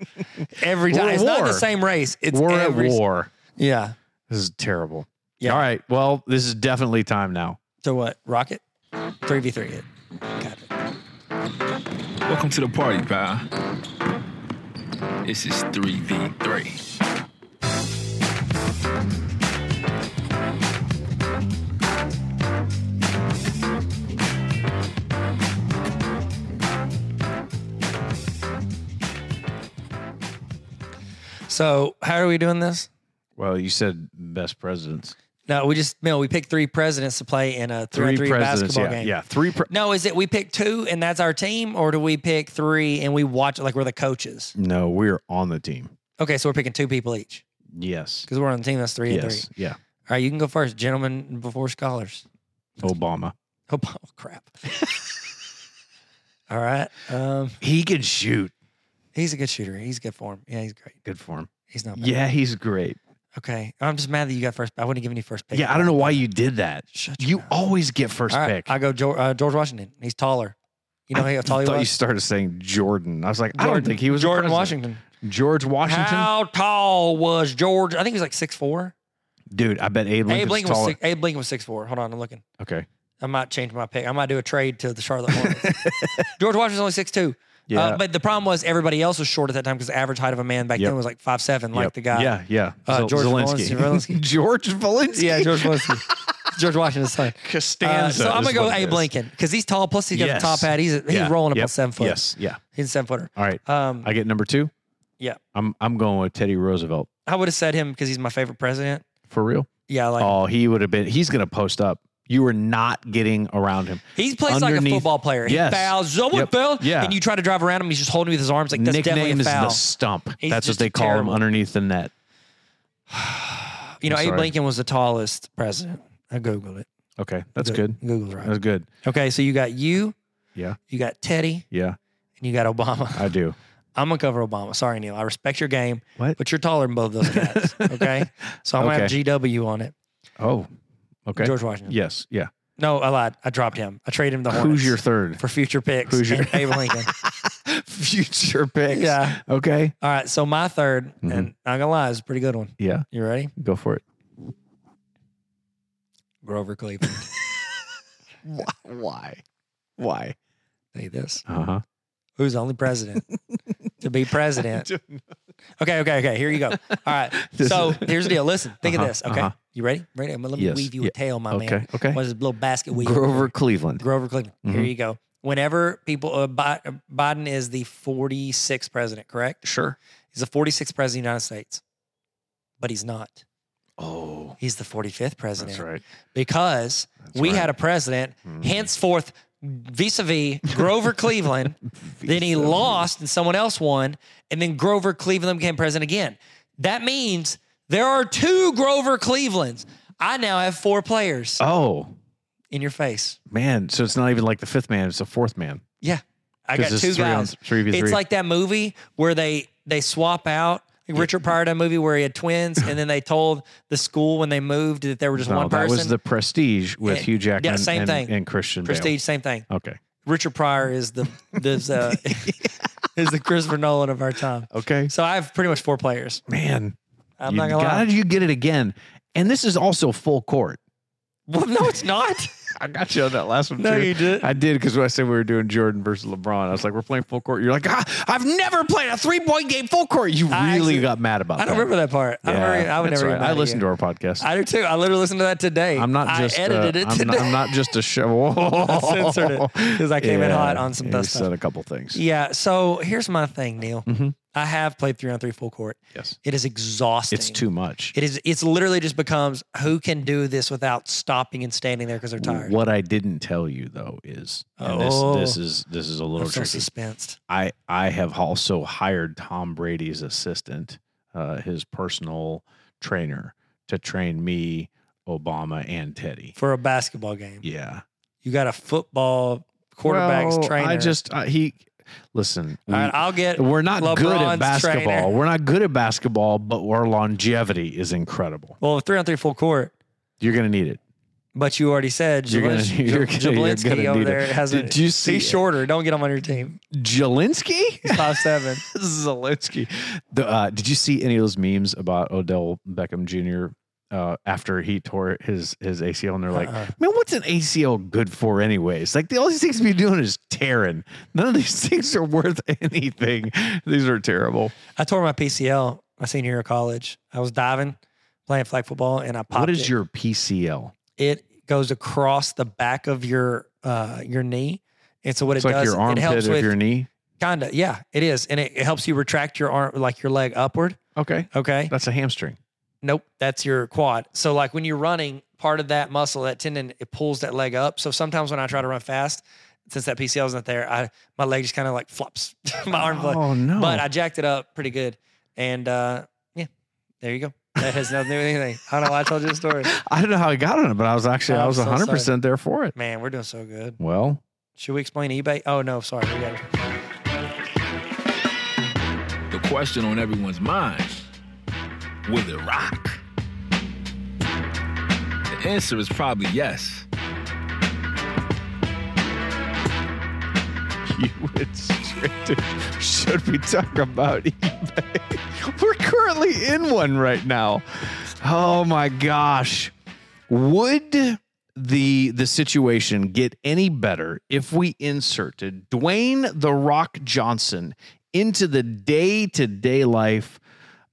Speaker 1: Every
Speaker 2: We're
Speaker 1: time.
Speaker 2: at
Speaker 1: It's not
Speaker 2: war.
Speaker 1: the same race. It's
Speaker 2: We're at
Speaker 1: every,
Speaker 2: war.
Speaker 1: Yeah.
Speaker 2: This is terrible.
Speaker 1: Yeah.
Speaker 2: All right. Well, this is definitely time now.
Speaker 1: So what? Rocket? 3v3 it. Got it.
Speaker 3: Welcome to the party, pal. This is 3v3.
Speaker 1: So how are we doing this?
Speaker 2: Well, you said best presidents.
Speaker 1: No, we just no. We picked three presidents to play in a three, on three
Speaker 2: presidents.
Speaker 1: basketball
Speaker 2: yeah,
Speaker 1: game.
Speaker 2: yeah. Three. Pre-
Speaker 1: No, is it we pick two and that's our team, or do we pick three and we watch it like we're the coaches?
Speaker 2: no, we're on the team.
Speaker 1: Okay, so we're picking two people each
Speaker 2: Yes.
Speaker 1: because we're on the team. That's three and
Speaker 2: Yes.
Speaker 1: three.
Speaker 2: Yeah.
Speaker 1: All right, you can go first, gentlemen before scholars.
Speaker 2: Obama.
Speaker 1: Oh, oh, crap. All right, um,
Speaker 2: He can shoot.
Speaker 1: he's a good shooter. He's good for him. Yeah, he's great.
Speaker 2: Good for him.
Speaker 1: He's not. Bad.
Speaker 2: Yeah, he's great.
Speaker 1: Okay, I'm just mad that you got first. I wouldn't give any first pick.
Speaker 2: Yeah, I don't know why you did that.
Speaker 1: Shut your
Speaker 2: You
Speaker 1: mouth.
Speaker 2: always get first
Speaker 1: All right,
Speaker 2: pick.
Speaker 1: I go George, uh, George Washington. He's taller. You know how tall
Speaker 2: I
Speaker 1: he
Speaker 2: thought you
Speaker 1: was.
Speaker 2: started saying Jordan. I was like, I don't
Speaker 1: Jordan-
Speaker 2: think he was a
Speaker 1: Jordan
Speaker 2: president.
Speaker 1: Washington.
Speaker 2: George Washington,
Speaker 1: How tall was George? I think he was like six four.
Speaker 2: dude. I bet Abe Lincoln's
Speaker 1: Abe Lincoln was
Speaker 2: taller.
Speaker 1: six, Abe Lincoln was six four. Hold on, I'm looking.
Speaker 2: Okay,
Speaker 1: I might change my pick. I might do a trade to the Charlotte Hornets. George Washington's only six two.
Speaker 2: yeah,
Speaker 1: Uh, but the problem was everybody else was short at that time because the average height of a man back
Speaker 2: Yep.
Speaker 1: then was like five seven, like
Speaker 2: Yep.
Speaker 1: the guy.
Speaker 2: Yeah, yeah.
Speaker 1: uh,
Speaker 2: Zel-
Speaker 1: George
Speaker 2: Zelensky.
Speaker 1: Zelensky- Zelensky.
Speaker 2: George Zelensky.
Speaker 1: yeah, George Washington. George Washington's son. Uh,
Speaker 2: Costanza.
Speaker 1: so I'm
Speaker 2: is
Speaker 1: gonna go
Speaker 2: what it
Speaker 1: Abe
Speaker 2: is.
Speaker 1: Lincoln because he's tall. Plus he's got
Speaker 2: Yes.
Speaker 1: the top hat. He's a, he's
Speaker 2: Yeah,
Speaker 1: rolling up
Speaker 2: yep,
Speaker 1: on seven foot.
Speaker 2: Yes. Yeah.
Speaker 1: he's a seven footer.
Speaker 2: All right.
Speaker 1: Um,
Speaker 2: I get number two.
Speaker 1: Yeah.
Speaker 2: I'm I'm going with Teddy Roosevelt
Speaker 1: I would have said him because he's my favorite president.
Speaker 2: for real.
Speaker 1: Yeah, I like
Speaker 2: oh, he would have been. He's gonna post up. You were not getting around him.
Speaker 1: He plays like a
Speaker 2: Underneath-
Speaker 1: football player. He
Speaker 2: Yes.
Speaker 1: bows. Oh,
Speaker 2: Yep.
Speaker 1: what foul?
Speaker 2: Yeah.
Speaker 1: And you try to drive around him. He's just holding you with his arms. Like, that's
Speaker 2: Nickname
Speaker 1: definitely a
Speaker 2: is
Speaker 1: foul.
Speaker 2: the stump.
Speaker 1: He's
Speaker 2: That's what
Speaker 1: just a
Speaker 2: they call
Speaker 1: terrible-
Speaker 2: him underneath the net.
Speaker 1: you know,
Speaker 2: I'm
Speaker 1: Abe
Speaker 2: sorry.
Speaker 1: Lincoln was the tallest president. I Googled it.
Speaker 2: Okay, that's
Speaker 1: Go-
Speaker 2: good.
Speaker 1: Google's right.
Speaker 2: That's good.
Speaker 1: Okay. So you got you.
Speaker 2: Yeah.
Speaker 1: You got Teddy
Speaker 2: Yeah,
Speaker 1: and you got Obama.
Speaker 2: I do.
Speaker 1: I'm going to cover Obama. Sorry, Neil. I respect your game,
Speaker 2: What?
Speaker 1: but you're taller than both those guys. okay. So I'm going
Speaker 2: Okay.
Speaker 1: to have GW on it.
Speaker 2: Oh, okay.
Speaker 1: George Washington.
Speaker 2: Yes. Yeah.
Speaker 1: No, I lied. I dropped him. I traded him the Hornets
Speaker 2: Who's your third
Speaker 1: for future picks.
Speaker 2: Who's your-
Speaker 1: and Abe Lincoln.
Speaker 2: future pick?
Speaker 1: yeah.
Speaker 2: Okay.
Speaker 1: All right. So my 3rd
Speaker 2: Mhm.
Speaker 1: and I'm going to lie, it's a pretty good one.
Speaker 2: Yeah.
Speaker 1: You ready?
Speaker 2: Go for it.
Speaker 1: Grover Cleveland.
Speaker 2: Why? Why?
Speaker 1: Say this.
Speaker 2: Uh huh.
Speaker 1: Who's the only president to be president? Okay, okay, okay. Here you go. All right.
Speaker 2: This
Speaker 1: So
Speaker 2: is-
Speaker 1: here's the deal. Listen, think
Speaker 2: Uh-huh,
Speaker 1: of this. Okay.
Speaker 2: uh-huh.
Speaker 1: You ready? Ready? I'm gonna let me
Speaker 2: Yes,
Speaker 1: weave you
Speaker 2: yeah,
Speaker 1: a tail, my
Speaker 2: Okay.
Speaker 1: man.
Speaker 2: Okay.
Speaker 1: What is it? Little basket weave.
Speaker 2: Grover Cleveland.
Speaker 1: Grover Cleveland. Here
Speaker 2: Mhm.
Speaker 1: you go. Whenever people, uh, Bi- uh, Biden is the 46th president, correct?
Speaker 2: Sure.
Speaker 1: He's the 46th president of the United States, but he's not.
Speaker 2: Oh,
Speaker 1: He's the 45th president
Speaker 2: that's right.
Speaker 1: because
Speaker 2: That's
Speaker 1: we
Speaker 2: right.
Speaker 1: had a president,
Speaker 2: Mhm.
Speaker 1: henceforth, vis-a-vis Grover Cleveland, Then he
Speaker 2: Visa.
Speaker 1: lost and someone else won. And then Grover Cleveland became president again. That means there are two Grover Clevelands. I now have four players
Speaker 2: Oh
Speaker 1: in your face.
Speaker 2: man, so it's not even like the fifth man; it's the fourth man.
Speaker 1: Yeah. I
Speaker 2: 'Cause
Speaker 1: got
Speaker 2: it's
Speaker 1: two
Speaker 2: three on
Speaker 1: guys.
Speaker 2: th- three v
Speaker 1: It's
Speaker 2: three.
Speaker 1: like that movie where they they swap out. Like Richard Pryor done movie where he had twins, and then they told the school when they moved that they were just
Speaker 2: no,
Speaker 1: one
Speaker 2: that
Speaker 1: person.
Speaker 2: was the Prestige with
Speaker 1: Yeah,
Speaker 2: Hugh Jackman
Speaker 1: same
Speaker 2: and,
Speaker 1: thing.
Speaker 2: and Christian Bale.
Speaker 1: Prestige, same thing.
Speaker 2: Okay.
Speaker 1: Richard Pryor is the is, uh, is the Christopher Nolan of our time.
Speaker 2: Okay.
Speaker 1: So I have pretty much four players.
Speaker 2: Man,
Speaker 1: I'm
Speaker 2: you-
Speaker 1: not gonna
Speaker 2: God,
Speaker 1: lie.
Speaker 2: did you get it again? And this is also full court.
Speaker 1: Well, no, it's not.
Speaker 2: I got you on that last one
Speaker 1: No,
Speaker 2: too.
Speaker 1: you didn't.
Speaker 2: I did because when I said we were doing Jordan versus LeBron, I was like, "We're playing full court." You're like, ah, "I've never played a three point game full court." You
Speaker 1: I
Speaker 2: really
Speaker 1: actually-
Speaker 2: got mad about
Speaker 1: I
Speaker 2: that.
Speaker 1: don't remember that part. I, don't remember, I would
Speaker 2: that's
Speaker 1: never.
Speaker 2: right. I listened to our podcast.
Speaker 1: I do too. I literally listened to that today.
Speaker 2: I'm not just.
Speaker 1: I edited
Speaker 2: uh,
Speaker 1: it
Speaker 2: I'm
Speaker 1: today.
Speaker 2: Not, I'm not just a show.
Speaker 1: I censored it because I came in hot on some
Speaker 2: you
Speaker 1: dust
Speaker 2: said
Speaker 1: stuff.
Speaker 2: a couple things.
Speaker 1: Yeah. So here's my thing, Neil.
Speaker 2: Mhm.
Speaker 1: I have played three on three full court.
Speaker 2: Yes,
Speaker 1: It is exhausting.
Speaker 2: it's too much.
Speaker 1: It is. It's literally just becomes who can do this without stopping and standing there because they're tired.
Speaker 2: What I didn't tell you though is, and
Speaker 1: Oh.
Speaker 2: this, this is this is a
Speaker 1: I'm
Speaker 2: little
Speaker 1: so
Speaker 2: tricky.
Speaker 1: suspensed.
Speaker 2: I I have also hired Tom Brady's assistant, uh, his personal trainer, to train me, Obama, and Teddy.
Speaker 1: for a basketball game.
Speaker 2: Yeah,
Speaker 1: You got a football quarterbacks
Speaker 2: Well,
Speaker 1: trainer.
Speaker 2: I just I, he listen.
Speaker 1: All right, I'll get.
Speaker 2: we, are not good at
Speaker 1: LeBron's
Speaker 2: basketball.
Speaker 1: trainer.
Speaker 2: We're not good at basketball, but our longevity is incredible.
Speaker 1: Well, three on three full court.
Speaker 2: You're gonna need it.
Speaker 1: But you already said
Speaker 2: You're gonna-
Speaker 1: Jablinski
Speaker 2: you're gonna- you're
Speaker 1: Jablinski
Speaker 2: gonna
Speaker 1: over
Speaker 2: need it.
Speaker 1: there has a,
Speaker 2: Did you see
Speaker 1: he's
Speaker 2: it?
Speaker 1: shorter. Don't get him on your team.
Speaker 2: Jelinski?
Speaker 1: He's five seven.
Speaker 2: Zelensky. The, uh, did you see any of those memes about Odell Beckham Jr. Uh, after he tore his his ACL, and they're like,
Speaker 1: Uh-uh.
Speaker 2: "Man, what's an ACL good for, anyways? Like, the, all these things to be doing is tearing. None of these things are worth anything. these are terrible.
Speaker 1: I tore my PCL my senior year of college. I was diving, playing flag football, and I popped.
Speaker 2: what is
Speaker 1: it.
Speaker 2: your PCL?
Speaker 1: It goes across the back of your uh your knee, and so what
Speaker 2: It's
Speaker 1: it
Speaker 2: like
Speaker 1: does,
Speaker 2: your
Speaker 1: it
Speaker 2: armpit
Speaker 1: helps
Speaker 2: of
Speaker 1: with
Speaker 2: your knee.
Speaker 1: kinda. Yeah, it is, and it, it helps you retract your arm, like your leg upward.
Speaker 2: Okay,
Speaker 1: Okay.
Speaker 2: that's a hamstring.
Speaker 1: Nope, that's your quad. So like when you're running, part of that muscle, that tendon, it pulls that leg up. So sometimes when I try to run fast, since that PCL is not there, I my leg just kind of like flops. my arm, flops.
Speaker 2: Oh no!
Speaker 1: but I jacked it up pretty good. And uh, yeah, there you go. That has nothing to do with anything. I don't know why I told you the story.
Speaker 2: I don't know how I got on it, but I was actually I
Speaker 1: I'm
Speaker 2: was
Speaker 1: so
Speaker 2: 100 percent there for it.
Speaker 1: Man, we're doing so good.
Speaker 2: Well,
Speaker 1: Should we explain eBay? Oh no, sorry. We got
Speaker 3: The question on everyone's mind will it rock? The answer is probably yes.
Speaker 2: you restricted should we talk about eBay? We're currently in one right now. Oh my gosh. Would the the situation get any better if we inserted Dwayne the Rock Johnson into the day-to-day life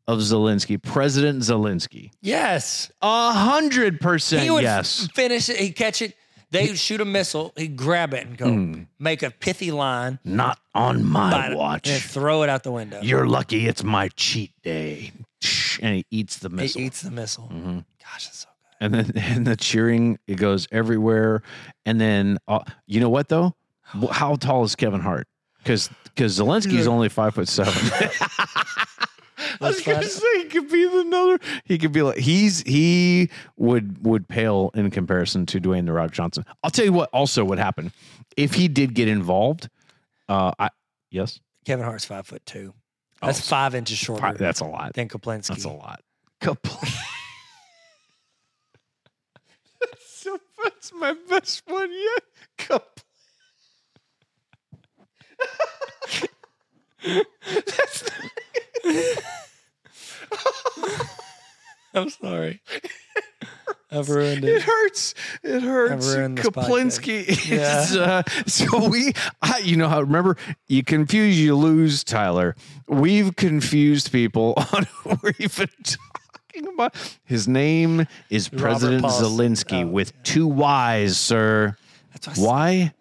Speaker 2: of Zelensky, President Zelensky?
Speaker 1: Yes.
Speaker 2: A hundred
Speaker 1: He would
Speaker 2: percent
Speaker 1: yes.
Speaker 2: Uh, yes.
Speaker 1: finish it, he'd catch it. They would shoot a missile, he'd grab it and go,
Speaker 2: Hmm.
Speaker 1: make a pithy line,
Speaker 2: Not on my
Speaker 1: bite it, and
Speaker 2: watch.
Speaker 1: throw it out the window.
Speaker 2: You're lucky it's my cheat day. And he eats the
Speaker 1: It
Speaker 2: missile.
Speaker 1: eats the missile.
Speaker 2: Mhm.
Speaker 1: Gosh, that's so good.
Speaker 2: and then and the cheering it goes everywhere and then uh, you know what though Wh- how tall is kevin hart because because zelensky's
Speaker 1: He's like-
Speaker 2: only five foot seven I was
Speaker 1: That's
Speaker 2: gonna
Speaker 1: funny.
Speaker 2: say he could be another. He could be like he's he would would pale in comparison to Dwayne the Rock Johnson. I'll tell you what also would happen if he did get involved. Uh, I yes,
Speaker 1: Kevin Hart's five foot two.
Speaker 2: Oh,
Speaker 1: That's
Speaker 2: so-
Speaker 1: five inches shorter
Speaker 2: Fi- that's a lot.
Speaker 1: than Kaplinsky.
Speaker 2: That's a lot. Complete. so that's my best one yet. Complete. that's not,
Speaker 1: I'm sorry. I've ruined
Speaker 2: it
Speaker 1: it.
Speaker 2: hurts. It hurts.
Speaker 1: ruined this
Speaker 2: Kaplinsky is uh, so we. I, you know how? Remember, you confuse, you lose, Tyler. We've confused people on who we're even talking about. His name is
Speaker 1: Robert
Speaker 2: President
Speaker 1: Paulson.
Speaker 2: Zelensky
Speaker 1: Oh,
Speaker 2: with two Y's, sir.
Speaker 1: That's why I said-
Speaker 2: Why?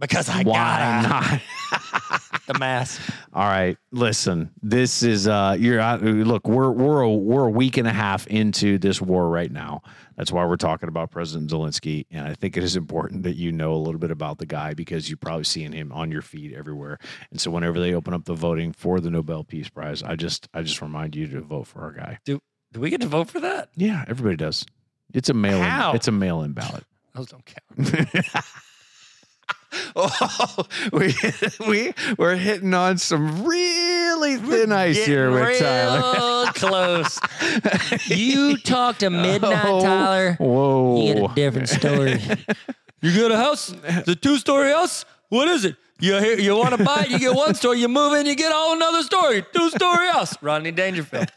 Speaker 1: Because I
Speaker 2: Why
Speaker 1: got
Speaker 2: not?
Speaker 1: the mask.
Speaker 2: All right, listen. This is uh, you're out. Look, we're we're a, we're a week and a half into this war right now. That's why we're talking about President Zelensky, and I think it is important that you know a little bit about the guy because you're probably seeing him on your feed everywhere. And so, whenever they open up the voting for the Nobel Peace Prize, I just I just remind you to vote for our guy.
Speaker 1: Do we get to vote for that?
Speaker 2: Yeah, everybody does. It's a mail.
Speaker 1: How?
Speaker 2: It's a mail-in ballot.
Speaker 1: Those don't count.
Speaker 2: oh, we we we're hitting on some really thin ice
Speaker 1: Getting
Speaker 2: here with
Speaker 1: real
Speaker 2: Tyler.
Speaker 1: close. You talk to midnight,
Speaker 2: Oh,
Speaker 1: Tyler.
Speaker 2: Whoa.
Speaker 1: You get a different story. Oh. you get a house. It's a two-story house. What is it? You hear, you want to buy it, you get one story. You move in, you get all another story. Two-story house. Rodney Dangerfield.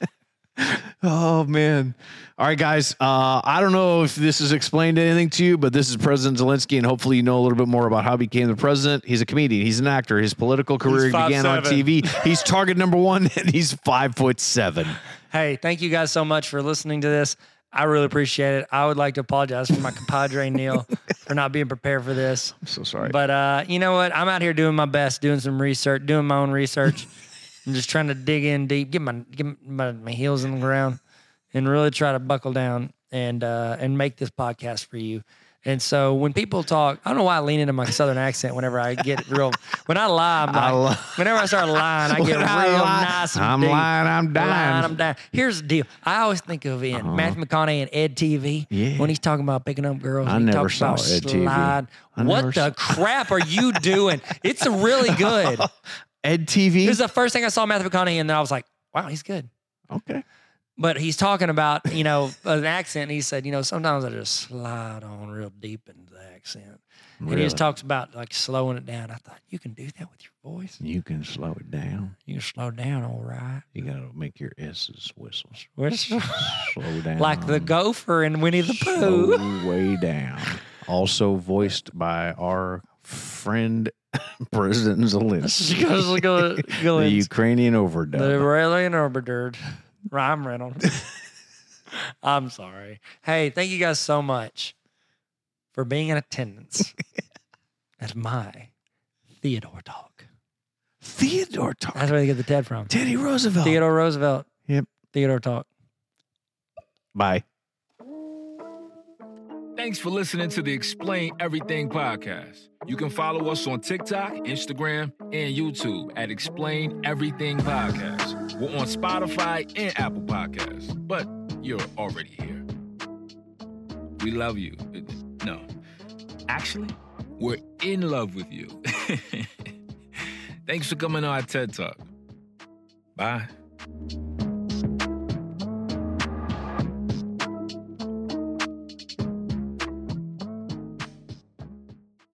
Speaker 2: Oh man. All right, guys. Uh, I don't know if this has explained anything to you, but this is President Zelensky, and hopefully you know a little bit more about how he became the president. He's a comedian. He's an actor. His political career began on
Speaker 1: 5'7".
Speaker 2: TV. He's target number one, and he's five foot seven.
Speaker 1: Hey, thank you guys so much for listening to this. I really appreciate it. I would like to apologize for my compadre Neil for not being prepared for this.
Speaker 2: I'm so sorry.
Speaker 1: But uh, you know what? I'm out here doing my best, doing some research, doing my own research. I'm just trying to dig in deep, get my get my, my heels in the ground, and really try to buckle down and uh, and make this podcast for you. And so when people talk, I don't know why I lean into my southern accent whenever I get real. When I lie, I'm
Speaker 2: I
Speaker 1: like,
Speaker 2: li-
Speaker 1: whenever I start lying, I get real
Speaker 2: When I lie,
Speaker 1: nice. And
Speaker 2: I'm
Speaker 1: deep.
Speaker 2: lying, I'm dying.
Speaker 1: Lying, I'm dying. Here's the deal. I always think of in Matthew McConaughey and Ed TV
Speaker 2: Uh-huh. Yeah.
Speaker 1: when he's talking about picking up girls.
Speaker 2: I
Speaker 1: he
Speaker 2: never
Speaker 1: talks
Speaker 2: saw
Speaker 1: about
Speaker 2: Ed TV.
Speaker 1: slide.
Speaker 2: I never
Speaker 1: What
Speaker 2: saw-
Speaker 1: the crap are you doing? It's really good.
Speaker 2: Ed
Speaker 1: It
Speaker 2: TV.
Speaker 1: was the first thing I saw Matthew McConaughey, and then I was like, wow, he's good.
Speaker 2: okay.
Speaker 1: But he's talking about, you know, an accent. And he said, you know, sometimes I just slide on real deep into the accent. And he just
Speaker 2: Really?
Speaker 1: talks about like slowing it down. I thought, you can do that with your voice.
Speaker 2: You can slow it down.
Speaker 1: You can slow down, all right.
Speaker 2: You gotta make your S's whistles.
Speaker 1: Where's-
Speaker 2: Slow down.
Speaker 1: like the gopher in Winnie the Pooh.
Speaker 2: Slow way down. Also voiced by our friend President Zelensky.
Speaker 1: Goes- go- go
Speaker 2: the
Speaker 1: in.
Speaker 2: Ukrainian overdub.
Speaker 1: The Raelian Orbiter, Ryan Reynolds. I'm sorry. Hey, thank you guys so much for being in attendance at my Theodore talk.
Speaker 2: Theodore
Speaker 1: That's
Speaker 2: talk.
Speaker 1: where they get the Ted from.
Speaker 2: Teddy Roosevelt.
Speaker 1: Theodore Roosevelt.
Speaker 2: Yep.
Speaker 1: Theodore talk.
Speaker 2: Bye.
Speaker 3: Thanks for listening to the Explain Everything podcast. You can follow us on TikTok, Instagram, and YouTube at Explain Everything Podcast. We're on Spotify and Apple Podcasts, but you're already here. We love you. No, actually, we're in love with you. Thanks for coming on our TED Talk. Bye.